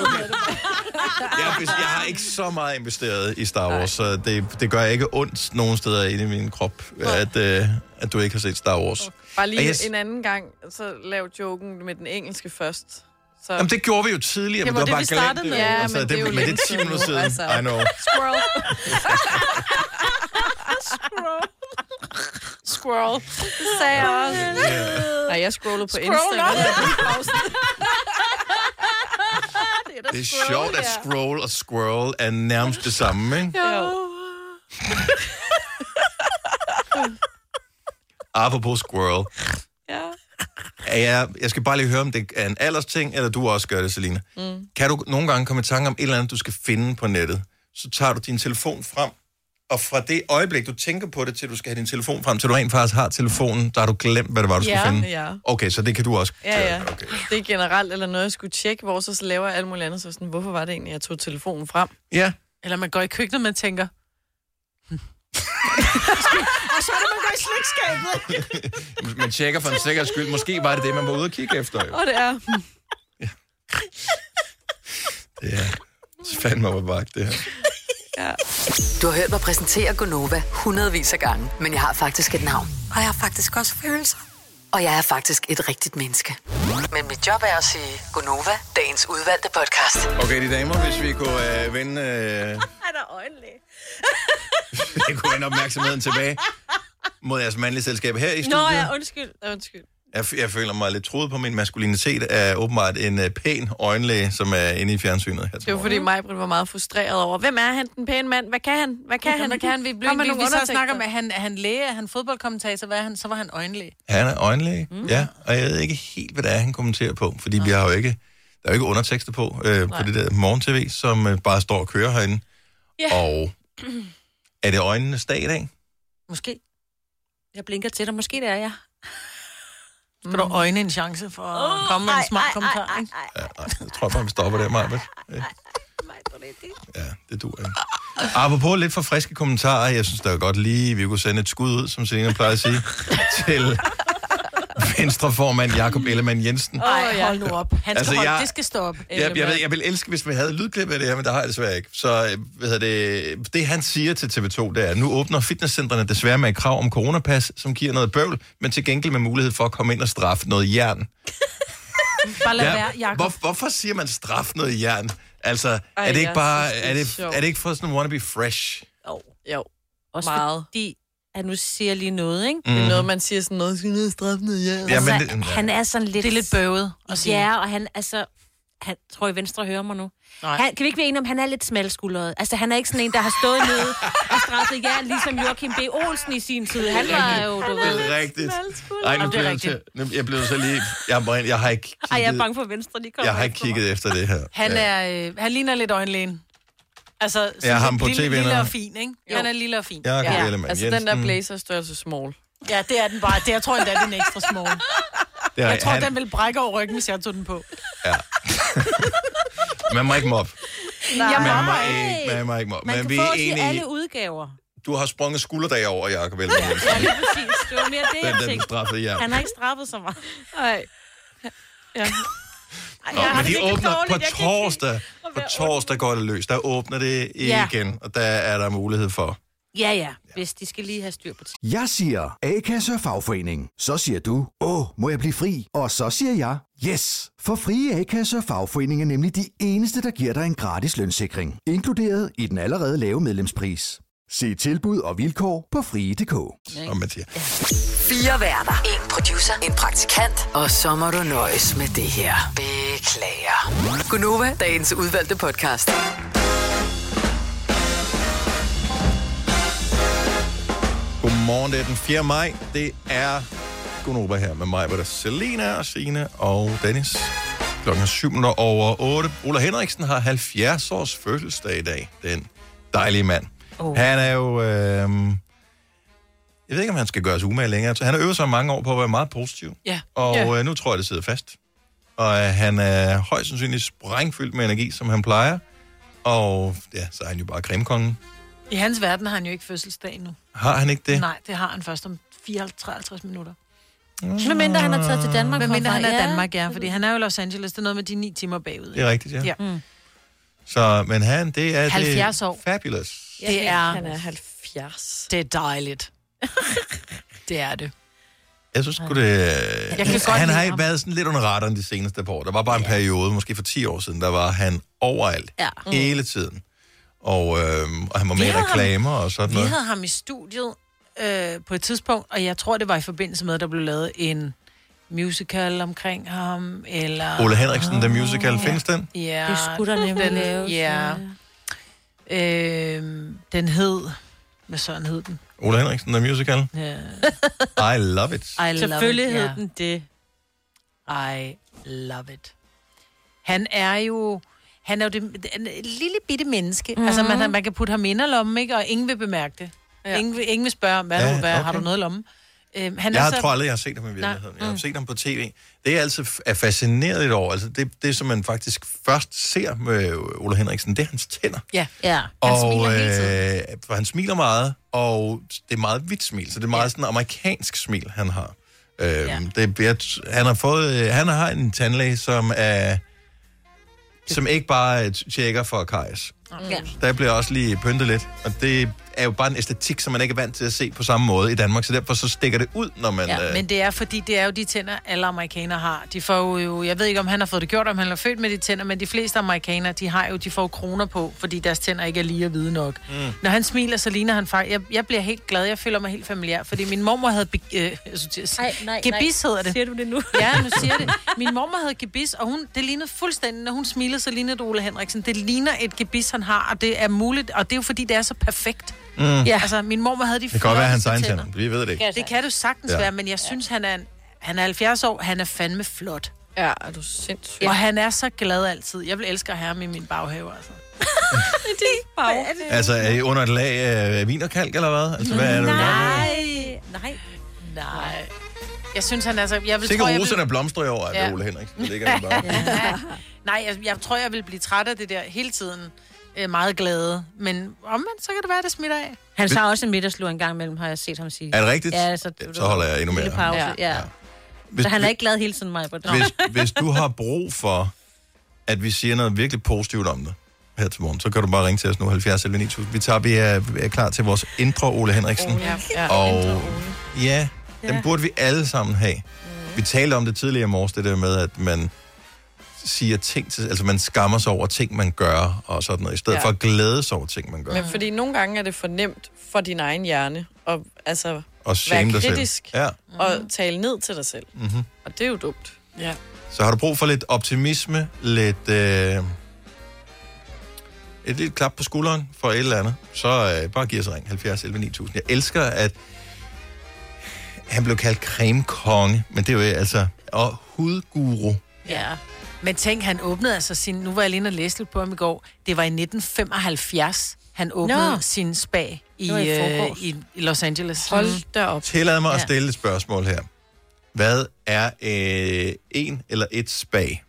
A: Jeg, bes- jeg har ikke så meget investeret i Star Wars, så det, det gør ikke ondt nogen steder inde i min krop, at, øh, at du ikke har set Star Wars.
D: bare lige
A: Og jeg-
D: en anden gang, så lav joken med den engelske først. Så...
A: Jamen, det gjorde vi jo tidligere, men
D: var
A: det var
D: det,
A: bare
D: vi
A: glemt
D: startede
A: det.
D: med. Ja,
A: altså,
D: men det er jo
A: men det er
D: længe
A: 10
D: siden
A: minutter
D: nu,
A: siden.
D: altså.
A: I know.
D: Squirrel.
C: Scroll. Scroll.
D: Det sagde jeg også. Nej, jeg scrollede på
C: Scroll
D: Insta.
C: op.
A: Det er sjovt, at scroll og squirrel er nærmest det samme, ikke?
D: Jo.
A: Apropos squirrel.
D: Ja.
A: Er jeg, jeg skal bare lige høre, om det er en aldersting, eller du også gør det, Selina.
D: Mm.
A: Kan du nogle gange komme i tanke om et eller andet, du skal finde på nettet? Så tager du din telefon frem, og fra det øjeblik, du tænker på det, til du skal have din telefon frem, til du rent faktisk har telefonen, der har du glemt, hvad det var, du skulle
D: Ja,
A: finde.
D: ja.
A: Okay, så det kan du også.
D: Ja, ja. Det er generelt, eller noget, jeg skulle tjekke, hvor så, så laver jeg alt muligt andet. Så sådan, hvorfor var det egentlig, jeg tog telefonen frem?
A: Ja.
C: Eller man går i køkkenet, man tænker... "Hm." Og så er det, man går i slægtskabet.
A: Man tjekker for en sikkerheds skyld. Måske var det det, man var ude og kigge efter. Jo.
D: Og det er...
A: Det er fandme op bak, det her.
D: Ja.
E: Du har hørt mig præsentere Gonova hundredvis af gange, men jeg har faktisk et navn. Og jeg har faktisk også følelser. Og jeg er faktisk et rigtigt menneske. Men mit job er at sige Gonova, dagens udvalgte podcast.
A: Okay, de damer, hvis vi kunne øh, vende... Øh,
B: [laughs] Er der
A: [laughs]
B: øjenlæge?
A: vi kunne vende opmærksomheden tilbage mod jeres mandlige selskab her i
B: Nå
A: studiet.
B: ja, undskyld.
D: Undskyld.
A: Jeg, f- jeg føler mig lidt troet på min maskulinitet af åbenbart en øh, pæn øjenlæge, som er inde i fjernsynet her.
D: Det var fordi Majbrit var meget frustreret over, hvem er han, den pæne mand? Hvad kan han? Hvad kan han?
C: Hvad kan han? Vi blev
D: Kom med
C: vi,
D: nogle
C: vi så
D: undertekster.
C: snakker med, han, er han læge, er han fodboldkommentator, hvad er han? Så var han øjenlæge.
A: Han er øjenlæge, mm. ja. Og jeg ved ikke helt, hvad det er, han kommenterer på, fordi vi har jo ikke, der er jo ikke undertekster på, øh, på det der morgen-tv, som øh, bare står og kører herinde.
B: Ja.
A: Og [clears throat] er det øjnenes dag i dag?
B: Måske. Jeg blinker til dig. Måske det er jeg.
C: Skal du øjne en chance for at komme med en smart kommentar? ikke?
A: Jeg tror bare, vi stopper der, Maja. Ja, det dur ikke. Apropos lidt for friske kommentarer, jeg synes, der er godt lige, vi kunne sende et skud ud, som Selina plejer at sige, til venstreformand Jakob Ellemann Jensen.
C: Ej, hold nu op. Han skal
A: Altså,
C: altså, holde,
A: jeg-
C: det skal stoppe.
A: Jeg, jeg, ved, jeg vil elske, hvis vi havde lydklip af det her, men der har jeg desværre ikke. Så øh, hvad hedder det, det, han siger til TV2, det er, at nu åbner fitnesscentrene desværre med et krav om coronapas, som giver noget bøvl, men til gengæld med mulighed for at komme ind og straffe noget jern.
C: Bare lad være, Jacob.
A: hvor, hvorfor siger man straf noget jern? Altså,
C: Ej,
A: er det ikke
C: jeg
A: bare,
C: synes, det er
A: er det,
C: sjovt.
A: er det ikke for sådan en wannabe fresh?
B: Jo.
D: Jo.
B: Også
D: Meget.
B: fordi, at nu siger jeg lige noget, ikke?
A: Mm. Det er noget,
D: man siger sådan noget, sådan straffende, ja.
B: Ja, altså, men det, han er sådan lidt...
C: Det er lidt bøvet at sige.
B: Ja, og han, altså... Han, tror I Venstre hører mig nu?
C: Nej.
B: Han, kan vi ikke være enige om, han er lidt smalskuldret? Altså, han er ikke sådan en, der har stået nede og straffet jer, ligesom Joachim B. Olsen i sin tid. Han var jo, du ved...
A: Det er rigtigt. Ej,
B: Jamen,
A: nu
B: det er
A: bliver jeg nødt
B: rigtigt.
A: til, nu, jeg bliver nødt til lige... Jeg, må ind- jeg har ikke kigget,
B: Ej, jeg er bange for, at Venstre de kommer.
A: jeg har ikke kigget efter det her.
C: Han,
A: Ja.
C: er, øh, han ligner lidt øjenlægen. Altså, sådan
A: Ja, ham
C: lidt
A: på
C: lille,
A: TV
C: lille
A: nu.
C: og fin, ikke? Jo. Han er lille og fin.
A: Jakob Ja. Ellemann
D: Altså den der
A: Jensen. Mm.
D: blazer størrelse small.
C: Ja, det er den bare. Det, jeg tror endda, det er en ekstra small.
A: Det er,
C: Jeg tror,
A: han,
C: den vil brække over ryggen, hvis jeg tog den på.
A: Man må ikke mobbe.
C: Nej.
A: Man
C: Jeg
A: må
C: mobber
A: ikke, man må ikke mobbe.
B: Man
A: Men
B: kan
A: vi
B: få
A: er
B: os i
A: enige i,
B: alle udgaver.
A: du har sprunget skulderdag over, Jacob Ellemann Jensen.
B: Ja, lige præcis. Det var mere det,
A: Den,
B: jeg
A: den
B: tænkte.
A: straffede jer.
B: Han har ikke straffet så meget.
D: Nej. Ja.
A: Nå, men de åbner på torsdag. På torsdag går det løs. Der åbner det
B: Ja.
A: igen, og der er der mulighed for.
B: Ja, ja. Hvis de skal lige have styr på tiden.
J: Jeg siger A-kasse og fagforening. Så siger du, åh, må jeg blive fri? Og så siger jeg, yes! For frie A-kasse og fagforening er nemlig de eneste, der giver dig en gratis lønssikring. Inkluderet i den allerede lave medlemspris. Se tilbud og vilkår på frie.dk.
A: Som man siger.
E: Fire værter. En producer. En praktikant. Og så må du nøjes med det her. Beklager. Gunova, dagens udvalgte podcast.
A: Godmorgen, det er den 4. maj. Det er Gunnova her med mig, hvor der er Selena og Signe og Dennis. Klokken er 7 minutter over 8. Ola Henriksen har 70 års fødselsdag i dag. Den dejlige mand. Oh. Han er jo... Øh... Jeg ved ikke, om han skal gøres umage længere. Så Han har øvet sig mange år på at være meget positiv.
C: Ja.
A: Og
C: ja.
A: øh, nu tror jeg, det sidder fast. Og øh, han er højst sandsynligt sprængfyldt med energi, som han plejer. Og ja, så er han jo bare kremkongen.
C: I hans verden har han jo ikke fødselsdag endnu.
A: Har han ikke det?
C: Nej, det har han først om 54 minutter.
A: Mm.
B: Men mindre han er taget til Danmark.
C: Men mindre han er
B: herfra.
C: i
B: Ja.
C: Danmark, ja, fordi han er jo i Los Angeles. Det er noget med de ni timer bagud.
A: Det er rigtigt, ja.
C: ja. Mm.
A: Så, men han, det er...
C: 70
A: det,
C: år.
A: Fabulous.
C: Det er...
D: Han er 70.
C: Det er
B: [laughs]
C: dejligt. det er det.
A: Jeg synes sgu, det... øh,
C: kan godt
A: han
C: lide
A: har
C: ham.
A: været sådan lidt under radaren de seneste par år. Der var bare en periode, måske for 10 år siden, der var han overalt.
C: Ja.
A: Mm. Hele tiden. Og, øhm, og han var med i
C: Vi havde
A: reklamer og sådan
C: Vi
A: noget.
C: havde ham i studiet øh, på et tidspunkt, og jeg tror, det var i forbindelse med, at der blev lavet en musical omkring ham, Ah. eller...
A: Ole Henriksen, The Musical, findes den?
C: Ja.
B: Det skulle der nemlig
C: den,
B: laves,
C: Ja. Øhm, den hed... Hvad sådan hed den?
A: Ole Henriksen, The Musical?
C: Ja.
A: [laughs] I love it.
C: I love
B: Selvfølgelig
C: it,
B: hed
C: ja.
B: den det.
C: I love it. Han er jo... Han er jo det, en lille bitte menneske. Mm.
B: Mhm.
C: Altså, man, man kan putte ham i inderlommen, ikke? Og ingen vil bemærke det. Ja. Ingen, vil, ingen vil spørge, hvad,
A: Ja,
C: ja, hvad okay. har
A: okay.
C: du noget i lommen? Øhm, han
A: jeg
C: er
A: har,
C: så...
A: tror aldrig, jeg har set ham i virkeligheden. Jeg har
C: Mm.
A: set ham på tv. Det er altså er fascineret over. Altså det, det, som man faktisk først ser med Ole Henriksen, det er hans tænder.
C: Ja.
B: ja.
A: Han og, smiler hele tiden. Øh, for han smiler meget, og det er meget hvidt smil, så det er meget ja. sådan amerikansk smil, han har. Øh, ja. det, jeg, t- han har fået, øh, han har en tandlæge, som er, som ikke bare øh, t- tjekker for kajs.
B: Ja.
A: Der bliver også lige pyntet lidt, og det er jo bare en æstetik, som man ikke er vant til at se på samme måde i Danmark, så derfor så stikker det ud, når man...
C: Ja,
A: øh,
C: men det er, fordi det er jo de tænder, alle amerikanere har. De får jo, jeg ved ikke, om han har fået det gjort, om han er født med de tænder, men de fleste amerikanere, de har jo, de får jo kroner på, fordi deres tænder ikke er lige at vide nok. Mm. Når han smiler, så ligner han faktisk... Jeg, jeg bliver helt glad, jeg føler mig helt familiær, fordi min mormor havde... Be, øh, jeg skulle til at sige-
B: Nej, nej,
C: gebis
B: nej.
C: hedder det.
B: Siger du [laughs] det nu?
C: ja, nu siger jeg det. Min mormor havde gebis, og hun, det lignede fuldstændig, når hun smilede, så lignede det Ole Henriksen. Det ligner et gebis, han har, og det er muligt, og det er jo fordi, det er så perfekt.
A: Mm.
C: Ja. Altså, min mormor havde de
A: Det kan godt være hans
C: flotteste
A: egen tænder. Vi ved det ikke.
C: Det kan du sagtens
A: Ja.
C: ja. være, men jeg synes, han er, en- han er 70 år, han er fandme flot.
D: Ja, er du sindssyg.
C: Og han er så glad altid. Jeg vil elske at have ham i min baghave, altså.
D: det er ikke bare
A: Altså, er I under et lag af øh, vin og kalk, eller hvad? Altså, hvad er det,
C: Nej, nej, nej. Jeg synes, han er så... Jeg vil, tror,
A: Sikkert
C: jeg
A: roserne
C: vil...
A: blomstrer i år, ja.
C: Ja.
A: Ole Henrik. Det ligger der bare.
C: Nej, jeg, jeg tror, jeg vil blive træt af det der hele tiden. Øh, meget glade. Men omvendt, så kan det være, det smitter af.
B: Han tager også en middagslur en gang imellem, har jeg set ham sige.
A: Er det rigtigt?
B: Ja, altså,
A: Ja, så holder jeg endnu mere.
B: Lille pause, ja. ja.
A: Hvis-
B: så han er ikke glad hele tiden, mig.
A: Hvis, hvis du har brug for, at vi siger noget virkelig positivt om dig her til morgen, så kan du bare ringe til os nu, 70 eller 9000. Vi tager, vi er, er klar til vores indre Ole Henriksen.
D: Ole, ja.
A: og
D: Indre
A: ja, den
D: Ja.
A: burde vi alle sammen have. Vi talte om det tidligere i morges, det der med, at man siger ting til, altså man skammer sig over ting, man gør, og sådan noget, i stedet ja.
D: Ja.
A: for at glæde sig over ting, man gør.
D: Men fordi nogle gange er det for nemt for din egen hjerne at altså,
A: Og shame dig
D: være
A: selv.
D: kritisk
A: Ja.
D: og tale ned til dig selv.
A: Mm-hmm.
D: Og det er jo dumt. Ja.
A: Så har du brug for lidt optimisme, lidt... Øh, et lille klap på skulderen for et eller andet, så øh, bare giv os ring. 70 11 9000. Jeg elsker, at han blev kaldt cremekonge, men det er jo øh, altså... Og hudguru.
C: Ja. Men tænk, han åbnede altså sin... Nu var jeg lige inde og læste lidt på ham i går. Det var i 1975, han åbnede
D: Nå.
C: Nå. sin spa i,
D: Det var i
C: øh,
D: forgårs.
C: i, i Los Angeles.
D: Hold da op.
A: Tillad mig ja. at stille et spørgsmål her. Hvad er øh, en eller et spag?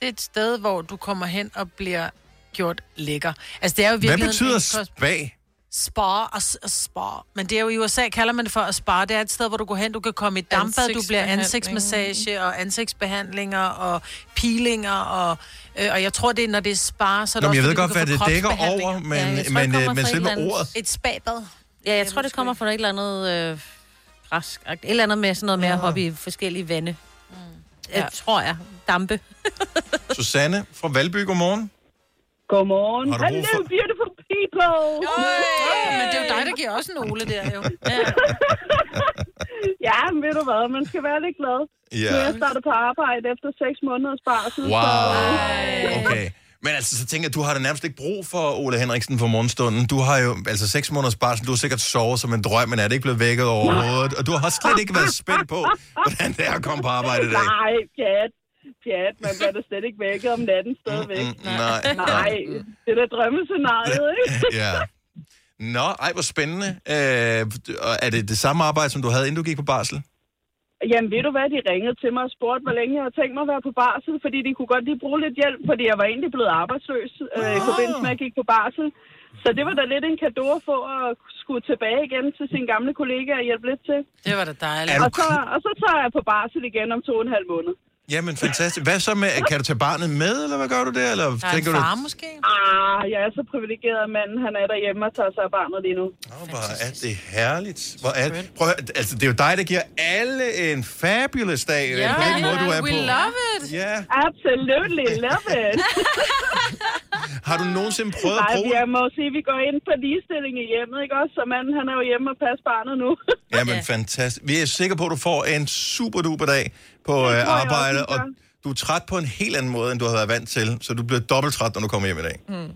C: Det er et sted, hvor du kommer hen og bliver gjort lækker. Altså, det er jo
A: Hvad
C: virkelig...
A: betyder spag?
C: Spa og, s- og spa. Men det er jo i USA, kalder man det for at spa. Det er et sted, hvor du går hen, du kan komme i dampbad, du bliver
D: Ansigtsbehandling.
C: ansigtsmassage og ansigtsbehandlinger og peelinger. Og, øh, og jeg tror, det er, når det er spa, så er det
A: Nå, men
C: også,
A: jeg ved
C: fordi, du
A: godt,
C: kan
A: hvad
C: få
A: det dækker
C: kropsbehandlinger.
A: over, men, ja, men,
B: kommer
A: øh, men
B: fra et
A: selve
B: eller andet-
A: ordet...
C: Et spabad.
B: Ja, jeg tror, det kommer fra et eller andet øh, græsk. Et eller andet med sådan noget med at hoppe i forskellige vande. Ja. Jeg tror jeg. Dampe.
A: Susanne fra Valby, godmorgen.
N: Godmorgen.
A: Har du brug
N: Hello,
A: for-
N: beautiful people.
C: Ja, men det er jo dig, der giver også en ole der,
A: [laughs]
C: jo. Ja.
N: Ja, men ved du hvad, man skal være lidt glad.
A: Ja.
N: Nu er jeg startet på arbejde efter 6 måneders barsel.
A: Wow. Okay. Men altså, så tænker jeg, du har da nærmest ikke brug for Ole Henriksen for morgenstunden. Du har jo, altså seks måneders barsel, du har sikkert sovet som en drøm, men er det ikke blevet vækket overhovedet? Og du har slet ikke været spændt på, hvordan det er at komme på arbejde i dag.
N: Nej, pjat. Pjat, man bliver da slet ikke vækket om natten stadigvæk.
A: Mm, mm, nej,
N: [laughs] Nej, det er da drømmescenariet, ikke?
A: [laughs] Ja. Nå, ej, hvor spændende. Øh, og er det det samme arbejde, som du havde, inden du gik på barsel?
N: Jamen, ved du hvad, de ringede til mig og spurgte, hvor længe jeg havde tænkt mig at være på barsel, fordi de kunne godt lige bruge lidt hjælp, fordi jeg var egentlig blevet arbejdsløs øh, i forbindelse med, at jeg gik på barsel. Så det var da lidt en gave at få at skulle tilbage igen til sine gamle kollegaer og hjælpe lidt til.
C: Det var da dejligt.
N: Og så, og så tager jeg på barsel igen om to og en halv måned.
A: Jamen, fantastisk. Hvad så med, kan du tage barnet med, eller hvad gør du der? Eller
N: Der er en
A: du,
N: far
C: måske?
N: Ah, jeg er så privilegeret, at manden han er derhjemme og tager sig af barnet lige nu.
A: Åh, Hvor er det herligt. Hvor er, prøv at, høre, altså, det er jo dig, der giver alle en fabulous dag. øh, på den måde, du er på.
N: it.
A: Yeah.
N: Absolutely love it.
A: Har du nogensinde prøvet at
N: Nej,
A: bruge...
N: vi er- må jo sige, at vi går ind på ligestilling i hjemmet, ikke også? Så manden, han er jo hjemme og passer barnet nu.
A: Jamen, fantastisk. Vi er sikre på, at du får en super duper dag på
N: jeg
A: øh,
N: også,
A: arbejde,
N: vi
A: og
N: gør.
A: du er træt på en helt anden måde, end du har været vant til, så du bliver dobbelt træt, når du kommer hjem i dag.
O: Hmm?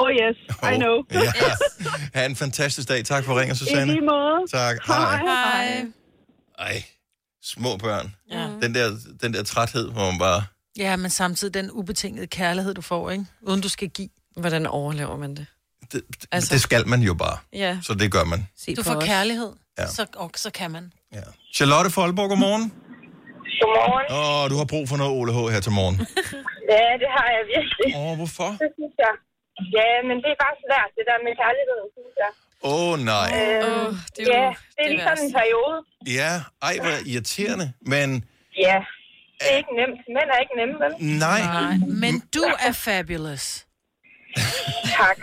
N: oh yes, I know.
A: Ja. [laughs] Ha' en fantastisk dag. Tak for ringen,
N: I
A: Susanne.
N: lige måde.
A: Tak.
N: Hej.
A: Hej.
N: Hej.
A: Ej, små børn. Den, der, den der træthed, hvor man bare...
C: ja, men samtidig den ubetingede kærlighed, du får, ikke? Uden du skal give.
D: Hvordan overlever man det?
A: Det, altså... det skal man jo bare.
D: Ja.
A: Så det gør man.
C: Du får kærlighed,
A: Ja.
C: så, og, så kan man.
A: Charlotte fra Aalborg, godmorgen. Godmorgen. Åh, du har brug for noget Ole H. her til morgen.
O: Ja, det har jeg virkelig.
A: Åh, hvorfor?
O: Det synes jeg. Ja, men det er bare svært, det der med kærligheden, synes jeg.
A: Åh, oh, nej.
O: Øhm,
D: det
O: ja, det er lige sådan en periode.
A: Ja, ej, hvor irriterende, men...
O: Ja, det er ikke nemt. Mænd er ikke nemme, vel?
A: Nej.
C: Men du er fabulous.
O: Tak.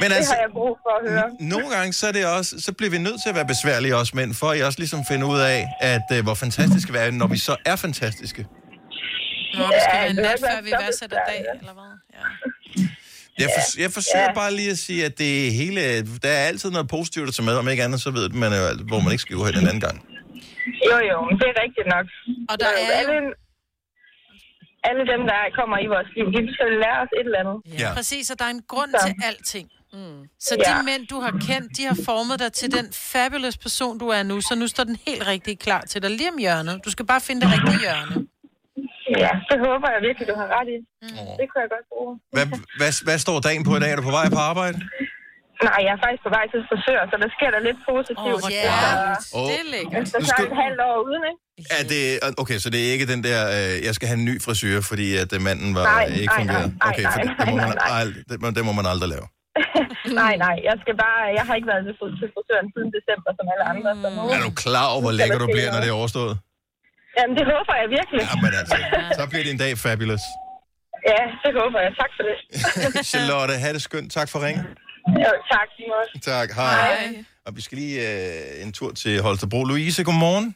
A: Men
O: det
A: altså-
O: har jeg brug for at høre.
A: Nogle gange, så, er det også, så bliver vi nødt til at være besværlige også mænd, for at I også ligesom finder ud af, at øh, hvor fantastiske vi er, når vi så er fantastiske.
C: Nå, det skal
O: Ja,
C: være en
O: det er
C: nat,
O: også
C: før vi
O: så
C: værdsætter dag, eller hvad?
A: Jeg, for, jeg forsøger bare lige at sige, at det hele, der er altid noget positivt at tage med, om ikke andet, så ved man, jo alt, hvor man ikke skal gå hen en anden gang.
O: Jo, jo, men det er rigtigt nok.
C: Og der er
O: alle, alle dem, der kommer i vores liv, de skal lære os et eller andet.
A: Ja.
C: Præcis, og der er en grund til alting. Mm. Så de
O: Ja.
C: mænd, du har kendt, de har formet dig til den fabulous person, du er nu, så nu står den helt rigtig klar til dig lige om hjørnet. Du skal bare finde det rigtige hjørne.
O: Ja, det håber jeg virkelig, du har ret i.
C: Mm.
O: Det kunne jeg godt bruge.
A: Hvad, hvad, hvad står dagen på i dag? Er du på vej på arbejde?
O: Nej, jeg er faktisk på vej til frisør, så der sker der lidt positivt.
A: Åh, hvor
O: efter-
A: dejligt. Åh. Det er lækkert.
O: Efter
A: Nu
O: snart
A: skal-
O: et halvt år uden, ikke?
A: Er det, okay, så det er ikke den der, øh, jeg skal have en ny frisyr, fordi at øh, manden var
O: Nej,
A: ikke
O: nej,
A: fungerede?
O: nej, nej,
A: okay, for
O: nej,
A: det, det, må
O: nej,
A: man
O: nej, nej.
A: ald- det, må- det må man aldrig lave.
C: Mm.
O: nej, nej, jeg skal bare... Jeg har ikke været til fri- til frisøren siden december, som alle andre. Så nu...
C: Mm.
A: Er du klar over, hvor
O: Nu skal
A: lækker
O: der
A: du
O: ske
A: bliver, når
O: noget.
A: det er overstået?
O: Jamen, det håber jeg virkelig.
A: Jamen altså, så bliver din dag fabulous.
O: [laughs] Ja, det håber jeg. Tak for det.
A: Charlotte, have det skønt. Tak for ringen.
O: jo, tak, Simon.
A: Tak, hej. hej. Og vi skal lige øh, en tur til Holstebro. Louise, godmorgen.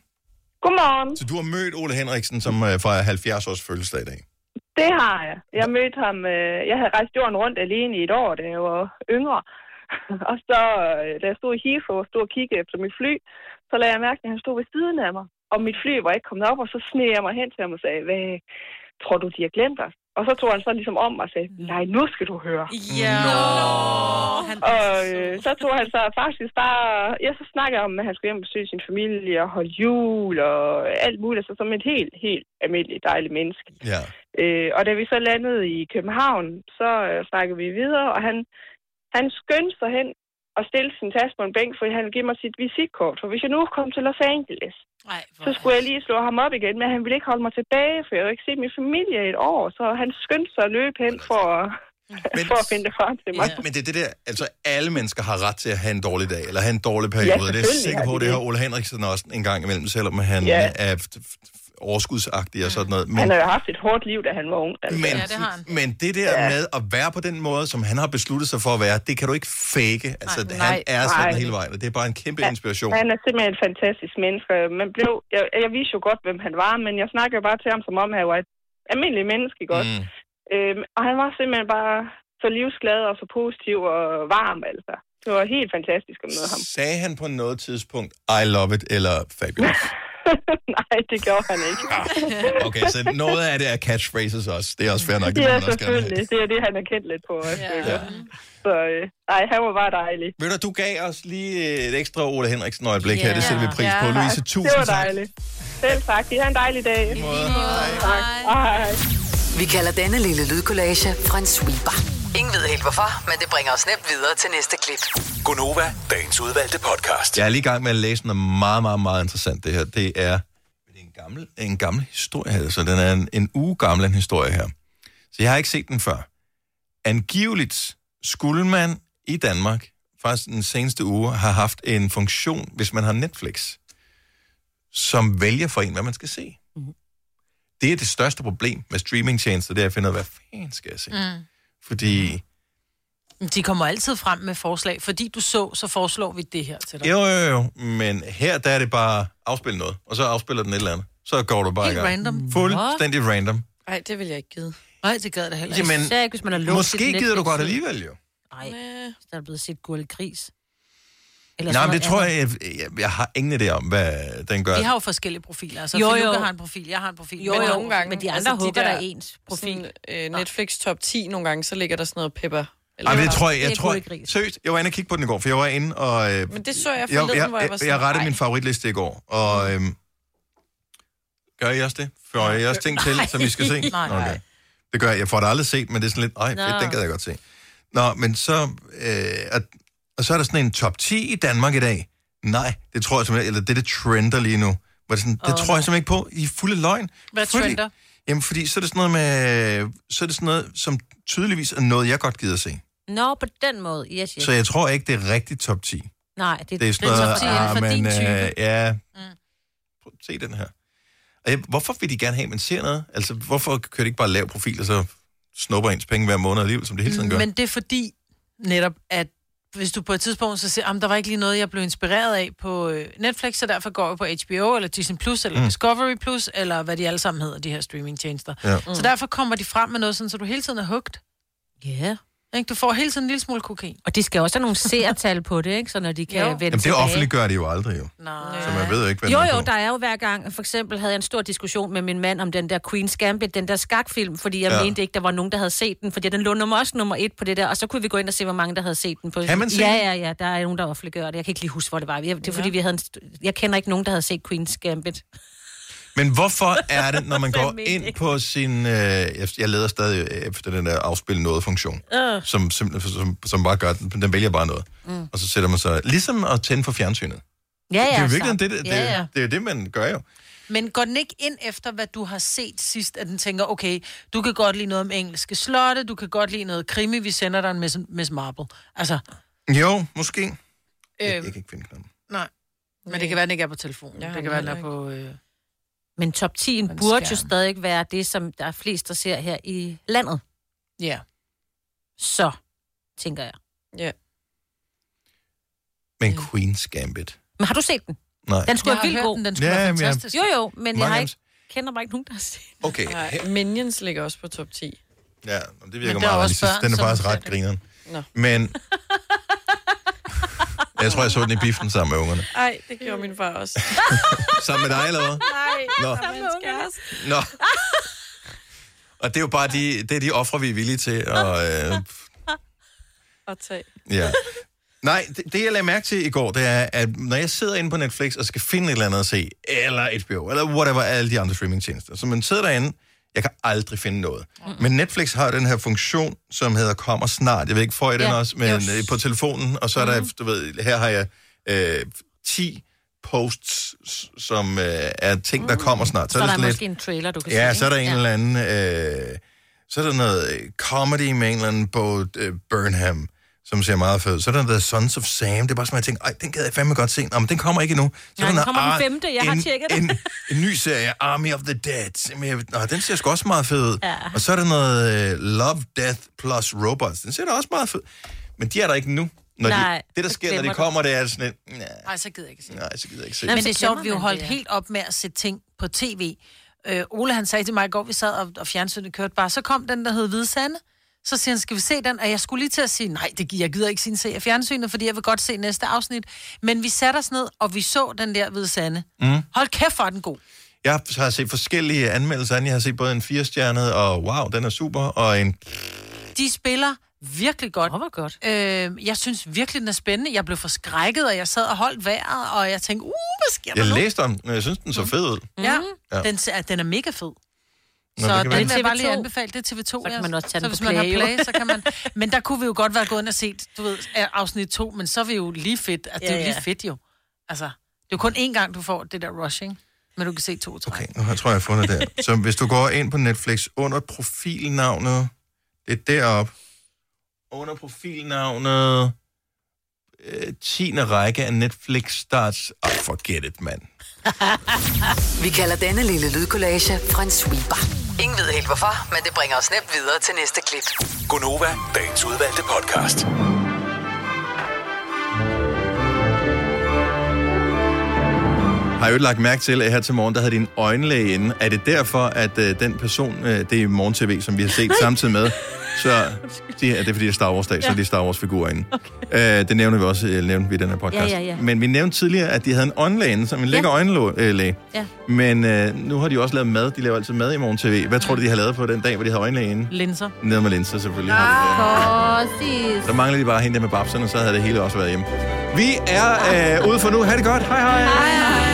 P: Godmorgen.
A: Så du har mødt Ole Henriksen, som øh, fejrer 70 års fødselsdag i dag.
P: Det har jeg. Jeg mødte ham, øh, jeg havde rejst jorden rundt alene i et år, da jeg var yngre. [laughs] og så, øh, da jeg stod i Heathrow og stod og kiggede efter mit fly, så lagde jeg mærke til, at han stod ved siden af mig. Og mit fly var ikke kommet op, og så sneg jeg mig hen til ham og sagde, hvad tror du, de har glemt os? Og så tog han så ligesom om mig og sagde, nej, nu skal du høre.
C: Ja.
P: Og øh, så tog han så faktisk bare... Ja, så snakkede jeg om, at han skulle hjem og besøge sin familie og holde jul og alt muligt. Så som et helt, helt almindeligt dejligt menneske.
A: Ja.
P: Øh, og da vi så landede i København, så øh, snakkede vi videre, og han, han skyndte sig hen og stille sin taske på en bænk, for han ville give mig sit visitkort. For hvis jeg nu kom til Los Angeles,
C: Nej,
P: så skulle jeg lige slå ham op igen, men han ville ikke holde mig tilbage, for jeg havde ikke set min familie i et år, så han skyndte sig at løbe hen for, at- for at finde det frem til mig.
A: Men, men det er det der, altså alle mennesker har ret til at have en dårlig dag, eller have en dårlig periode. det er jeg
P: selvfølgelig
A: sikker
P: har
A: på,
P: de
A: det har
P: det.
A: Ole Henriksen også en gang imellem, selvom han
P: Ja.
A: ja. er f- f- overskudsagtig og sådan noget.
P: Men... Han
A: Men,
P: har jo haft et hårdt liv, da han var ung. Altså.
A: men, men det der med at være på den måde, som han har besluttet sig for at være, det kan du ikke fake. Altså,
P: Nej,
A: han
P: nej.
A: er sådan
P: Nej.
A: hele vejen, og det er bare en kæmpe inspiration.
P: Han er simpelthen en fantastisk menneske. Man blev, jeg, jeg vidste jo godt, hvem han var, men jeg snakkede bare til ham, som om han var et almindeligt menneske, ikke også? Mm. Øhm, og han var simpelthen bare så livsglad og så positiv og varm, altså. Det var helt fantastisk at møde ham. [laughs]
A: Sagde han på noget tidspunkt, I love it, eller
P: [laughs]
A: fabulous?
P: Nej, det gjorde han ikke.
A: Ah, Okay, så noget af det er catchphrases også. Det er også fair nok. Det må
P: ja,
A: man også gerne have.
P: selvfølgelig. Det er det, han er kendt lidt på. Ja.
A: Ja.
P: Så øh, ej, han var bare dejlig.
A: Ved du, du gav os lige øh, et ekstra Ole Henriksen øjeblik her. Det sætter vi pris
P: Ja.
A: på. Louise, tusind
P: Det var
A: tak.
P: dejligt. Selv tak. I har en dejlig dag. Tak. Hej.
E: Vi kalder denne lille lydkollage en sweeper. Ingen ved helt hvorfor, men det bringer os nemt videre til næste klip.
L: Gonova, dagens udvalgte podcast.
A: Jeg er lige i gang med at læse noget meget, meget, meget interessant det her. Det er en gammel, en gammel historie, altså den er en, en uge gammel en historie her. Så jeg har ikke set den før. Angiveligt skulle man i Danmark faktisk den seneste uge have haft en funktion, hvis man har Netflix, som vælger for en, hvad man skal se. Det er det største problem med streamingtjenester, det er at finde ud af, hvad fanden skal jeg se?
C: Mm.
A: Fordi
C: Men De kommer altid frem med forslag. Fordi du så, så foreslår vi det her til dig.
A: Jo, jo, jo, men her der er det bare afspil noget, og så afspiller den et eller andet. Så går du bare
C: Helt
A: i gang.
C: random.
A: Fuldstændig random.
D: Nej, det vil jeg ikke give.
C: Nej, det gad jeg da heller
A: Jamen,
B: Især ikke, hvis man har låst sit
A: måske gider du
B: Netflix
A: godt
B: ud.
A: alligevel, jo.
B: Nej, hvis der er blevet set guld gris.
A: Eller
B: Eller
A: Nej,
B: sådan
A: men det
B: noget andet.
A: tror jeg, jeg, jeg, jeg har ingen idé om, hvad den gør.
C: Vi har jo forskellige profiler. Altså,
B: Jo,
C: jo, jo.
B: jo.
C: har en profil, jeg har en profil.
D: Jo,
C: Men
D: jo, nogle gange.
B: men de andre hugger der ens
D: profil. Sådan, øh, Netflix top 10 nogle gange, så ligger der sådan noget pepper.
A: Ej, men det tror jeg, jeg tror, seriøst, jeg var inde og kigge på den i går, for jeg var inde og... Øh,
D: Men det så jeg forleden, hvor jeg var sådan,
A: Jeg rettede
D: "Ej."
A: min favoritliste i går, og øhm, gør I også det? Får I også ting til,
L: Nej.
A: som vi skal se?
L: Nej.
A: Okay. Det gør jeg. Jeg får det aldrig set, men det er sådan lidt, ej, fedt,
L: Nå.
A: den gad jeg godt se. Nå, men så... Øh, at, og så er der sådan en top 10 i Danmark i dag. Nej, det tror jeg simpelthen, eller det, det trender lige nu. Hvor det, sådan, det
L: Åh,
A: tror jeg simpelthen ikke på. I er fulde løgn.
C: Hvad
A: Fordi-
C: trender?
A: Jamen, fordi så er det sådan noget med, så er det sådan noget, som tydeligvis er noget, jeg godt gider at se.
B: Nå, på den måde. Yes, yes.
A: Så jeg tror ikke, det er rigtigt top 10.
B: Nej, det,
A: Det, det er sådan noget, ah,
B: for
A: men,
B: din type. Mm.
A: øh, ja, prøv at se den her. Og jeg- Hvorfor vil de gerne have, at man ser noget? Altså, hvorfor kører de ikke bare lav profil, og så snupper ens penge hver måned alligevel, som det hele tiden gør?
C: Men det er fordi, netop, at hvis du på et tidspunkt så siger, at der var ikke lige noget, jeg blev inspireret af på øh, Netflix, så derfor går jeg på HBO, eller Disney+, Plus, eller
Q: Mm.
C: mm. Discovery+, Plus, eller hvad de alle sammen hedder, de her streamingtjenester.
Q: Ja.
C: Mm. Så derfor kommer de frem med noget, sådan, så du hele tiden er hugt.
B: Ja.
C: Yeah. Du får hele tiden en lille smule kokain.
B: Og de skal også have nogle seertal på det, ikke? Så når de kan
C: Jo.
B: vende
A: Jamen, det
B: tilbage.
A: offentliggør de jo aldrig, jo.
C: Nej.
A: Så man ved jo ikke, hvad
B: Jo,
A: man
B: jo, der er jo hver gang. For eksempel havde jeg en stor diskussion med min mand om den der Queen's Gambit, den der skakfilm, fordi jeg
A: Ja.
B: ja. mente ikke, der var nogen, der havde set den, fordi den lå nummer også nummer et på det der, og så kunne vi gå ind og se, hvor mange, der havde set den. På.
A: Kan man se
B: Ja,
A: den?
B: ja, ja, der er nogen, der offentliggør det. Jeg kan ikke lige huske, hvor det var. Jeg, det er fordi,
A: Ja.
B: vi havde en st- jeg kender ikke nogen, der havde set Queen's Gambit.
A: Men hvorfor er
B: [laughs]
A: det, når man går
B: Fandme
A: ind
B: ikke.
A: på sin... Øh, jeg- jeg leder stadig efter den der afspil noget-funktion,
B: Øh.
A: som, simpelthen, som, som bare gør, den, den vælger bare noget. Mm. Og så sætter man sig... Ligesom at tænde for fjernsynet.
B: Ja, ja,
A: det er jo
B: så-
A: virkelig det, det, det,
C: Ja, ja.
A: det, er jo det, man gør jo.
C: Men går den ikke ind efter, hvad du har set sidst, at den tænker, okay, du kan godt lide noget om engelske slotte, du kan godt lide noget krimi, vi sender dig en Miss, Miss Marple. Altså,
A: Jo, måske.
C: øh,
B: Øhm.
D: øhm,
A: Jeg kan ikke finde knappen.
C: nej. Men det kan være, den ikke er på telefonen.
B: Jeg
C: Ja,
B: har den
C: det kan være, den er
B: heller
C: på... Øh,
B: Men top 10'en
C: en
B: burde jo
C: skærm.
B: stadig være det, som der er flest, der ser her i landet.
C: Ja.
B: Så, tænker jeg.
D: Ja.
A: Men Queen's Gambit.
B: Men har du set den?
A: Nej.
B: Den skulle
D: Jeg
B: være
D: har
B: vildt
D: hørt
B: god.
D: den, den skulle Ja, være jamen, jeg- fantastisk.
B: Jo, jo, men
D: Mange
B: jeg har
D: af
B: ikke, kender bare ikke nogen, der har set den.
A: Okay.
D: Nej, Minions ligger også på top 10.
A: Ja, men det virker
D: der
A: men
D: er
A: meget
D: også
A: realistisk.
D: børn,
A: Den er
D: som
A: faktisk
D: ser
A: ret grineren.
D: Nå. [laughs]
A: Men... jeg tror, jeg så den i biffen sammen med ungerne.
D: Ej, det gjorde min far også.
A: Sammen med dig, eller hvad?
D: Nej,
A: Nå.
D: sammen med hans kæreste. [laughs]
A: Nå. Og det er jo bare de, det er de ofre, vi er villige til. Og, øh,
D: [laughs] Og tag.
A: ja. Nej, det, det jeg lagde mærke til i går, det er, at når jeg sidder inde på Netflix og skal finde et eller andet at se, eller HBO, eller whatever, alle de andre streamingtjenester, så man sidder derinde, jeg kan aldrig finde noget.
B: Mm.
A: Men Netflix har den her funktion, som hedder kommer snart. Jeg ved ikke, får I den
L: Ja.
A: også? Men
L: Jo.
A: øh, på telefonen, og så er der,
B: Mm.
A: du ved, her har jeg øh, 10 posts, s- som øh, er ting, der kommer snart.
B: Mm. Så,
A: er
B: er
A: det
B: der
A: sådan lidt-
B: måske en trailer, du kan se.
A: Ja, så er der en
B: ikke?
A: eller anden... Øh, så er der noget øh, comedy med en eller anden på øh, Burnham, som ser meget fed. ud. Så er der The Sons of Sam. Det er bare sådan, at jeg tænker, ej, den gad jeg fandme godt se. Nå, men den kommer ikke endnu. Så er
B: Nej, den
A: der noget
B: kommer den
A: Ar-
B: femte. Jeg har
A: en,
B: tjekket det.
A: en, en, ny serie, Army of the Dead. Men jeg- Nå, den ser sgu også meget fed. ud.
B: Ja.
A: Og så er der noget øh, Love, Death plus Robots. Den ser da også meget fed. Men de er der ikke nu. Når
C: Nej,
A: de, det, der
C: så
A: sker, når de
C: glemmer du.
A: kommer, det er sådan lidt, nej,
C: nej, så gider jeg ikke se
A: nej, så gider jeg ikke se.
C: Nej, men det er
A: det.
C: sjovt, vi har
B: man
C: holdt
B: det, ja.
C: helt op med at se ting på tv. Øh, Ole, han sagde til mig i går, vi sad og, og fjernsynet kørte bare, så kom den, der hed Hvide Sande. Så siger han, skal vi se den? Og jeg skulle lige til at sige, nej, det, gi- jeg gider ikke sige, se af fjernsynet, fordi jeg vil godt se næste afsnit. Men vi satte os ned, og vi så den der Hvide Sande.
A: Mm.
C: Hold kæft, hvor er den god.
A: Jeg har set forskellige anmeldelser af den. Jeg har set både en firestjernet, og wow, den er super, og en...
C: De spiller virkelig godt.
B: Oh, godt.
C: Øh, jeg synes virkelig, den er spændende. Jeg blev forskrækket, og jeg sad og holdt vejret, og jeg tænkte, uh, hvad sker der
A: Jeg
C: nu?
A: læste om den, og jeg synes,
C: Mm.
A: den så fed ud.
B: Mm.
C: Ja,
A: Ja.
C: ja. Den, ser- den er mega fed. så
A: Nå, det kan
C: den
A: være.
C: vil jeg bare lige
B: TV2.
C: anbefale, det er TV2. Så
B: kan man også tage
C: så
B: den
C: hvis
B: på
C: man har
B: Play, jo.
C: play, så
B: [laughs]
C: kan man... Men der kunne vi jo godt være gået ind og set, du ved, af- afsnit 2, men så er vi jo lige fedt. Altså, det er
B: Ja,
C: jo
B: ja.
C: lige fedt jo. Altså, det er jo kun én gang, du får det der rushing, men du kan se to træk.
A: Nu har- tror jeg, jeg har fundet det. Så hvis du går ind på Netflix under profilnavnet, det er deroppe, under profilnavnet, øh, 10. række af Netflix starts... Oh, forget it, mand.
E: Vi kalder denne lille lydkollage en sweeper. Ingen ved helt hvorfor, men det bringer os nemt videre til næste klip.
L: Gonova, dagens udvalgte podcast.
A: Har jo lagt mærke til, at her til morgen, der havde din øjenlæge inde. Er det derfor, at øh, den person, øh, det er morgen-tv, som vi har set samtidig med, så de, er det fordi, det er Star Wars-dag, så er de Star Wars-figurer inde. Okay. Øh, det nævner vi også øh, nævnte vi i den her podcast.
B: Ja, ja, ja.
A: Men vi nævnte tidligere, at de havde en øjenlæge inde, som en lækker ja. øjenlæge.
B: Ja.
A: Men øh, nu har de jo også lavet mad. De laver altid mad i morgen-tv. Hvad tror du, de har lavet på den dag, hvor de havde øjenlæge inde?
C: Linser.
A: Nede med linser, selvfølgelig. Ja.
B: Præcis.
A: Så mangler de bare hende der med babserne, så havde det hele også været hjemme. Vi er øh, ude for nu. Ha' det godt. Hej hej.
B: Hej, hej.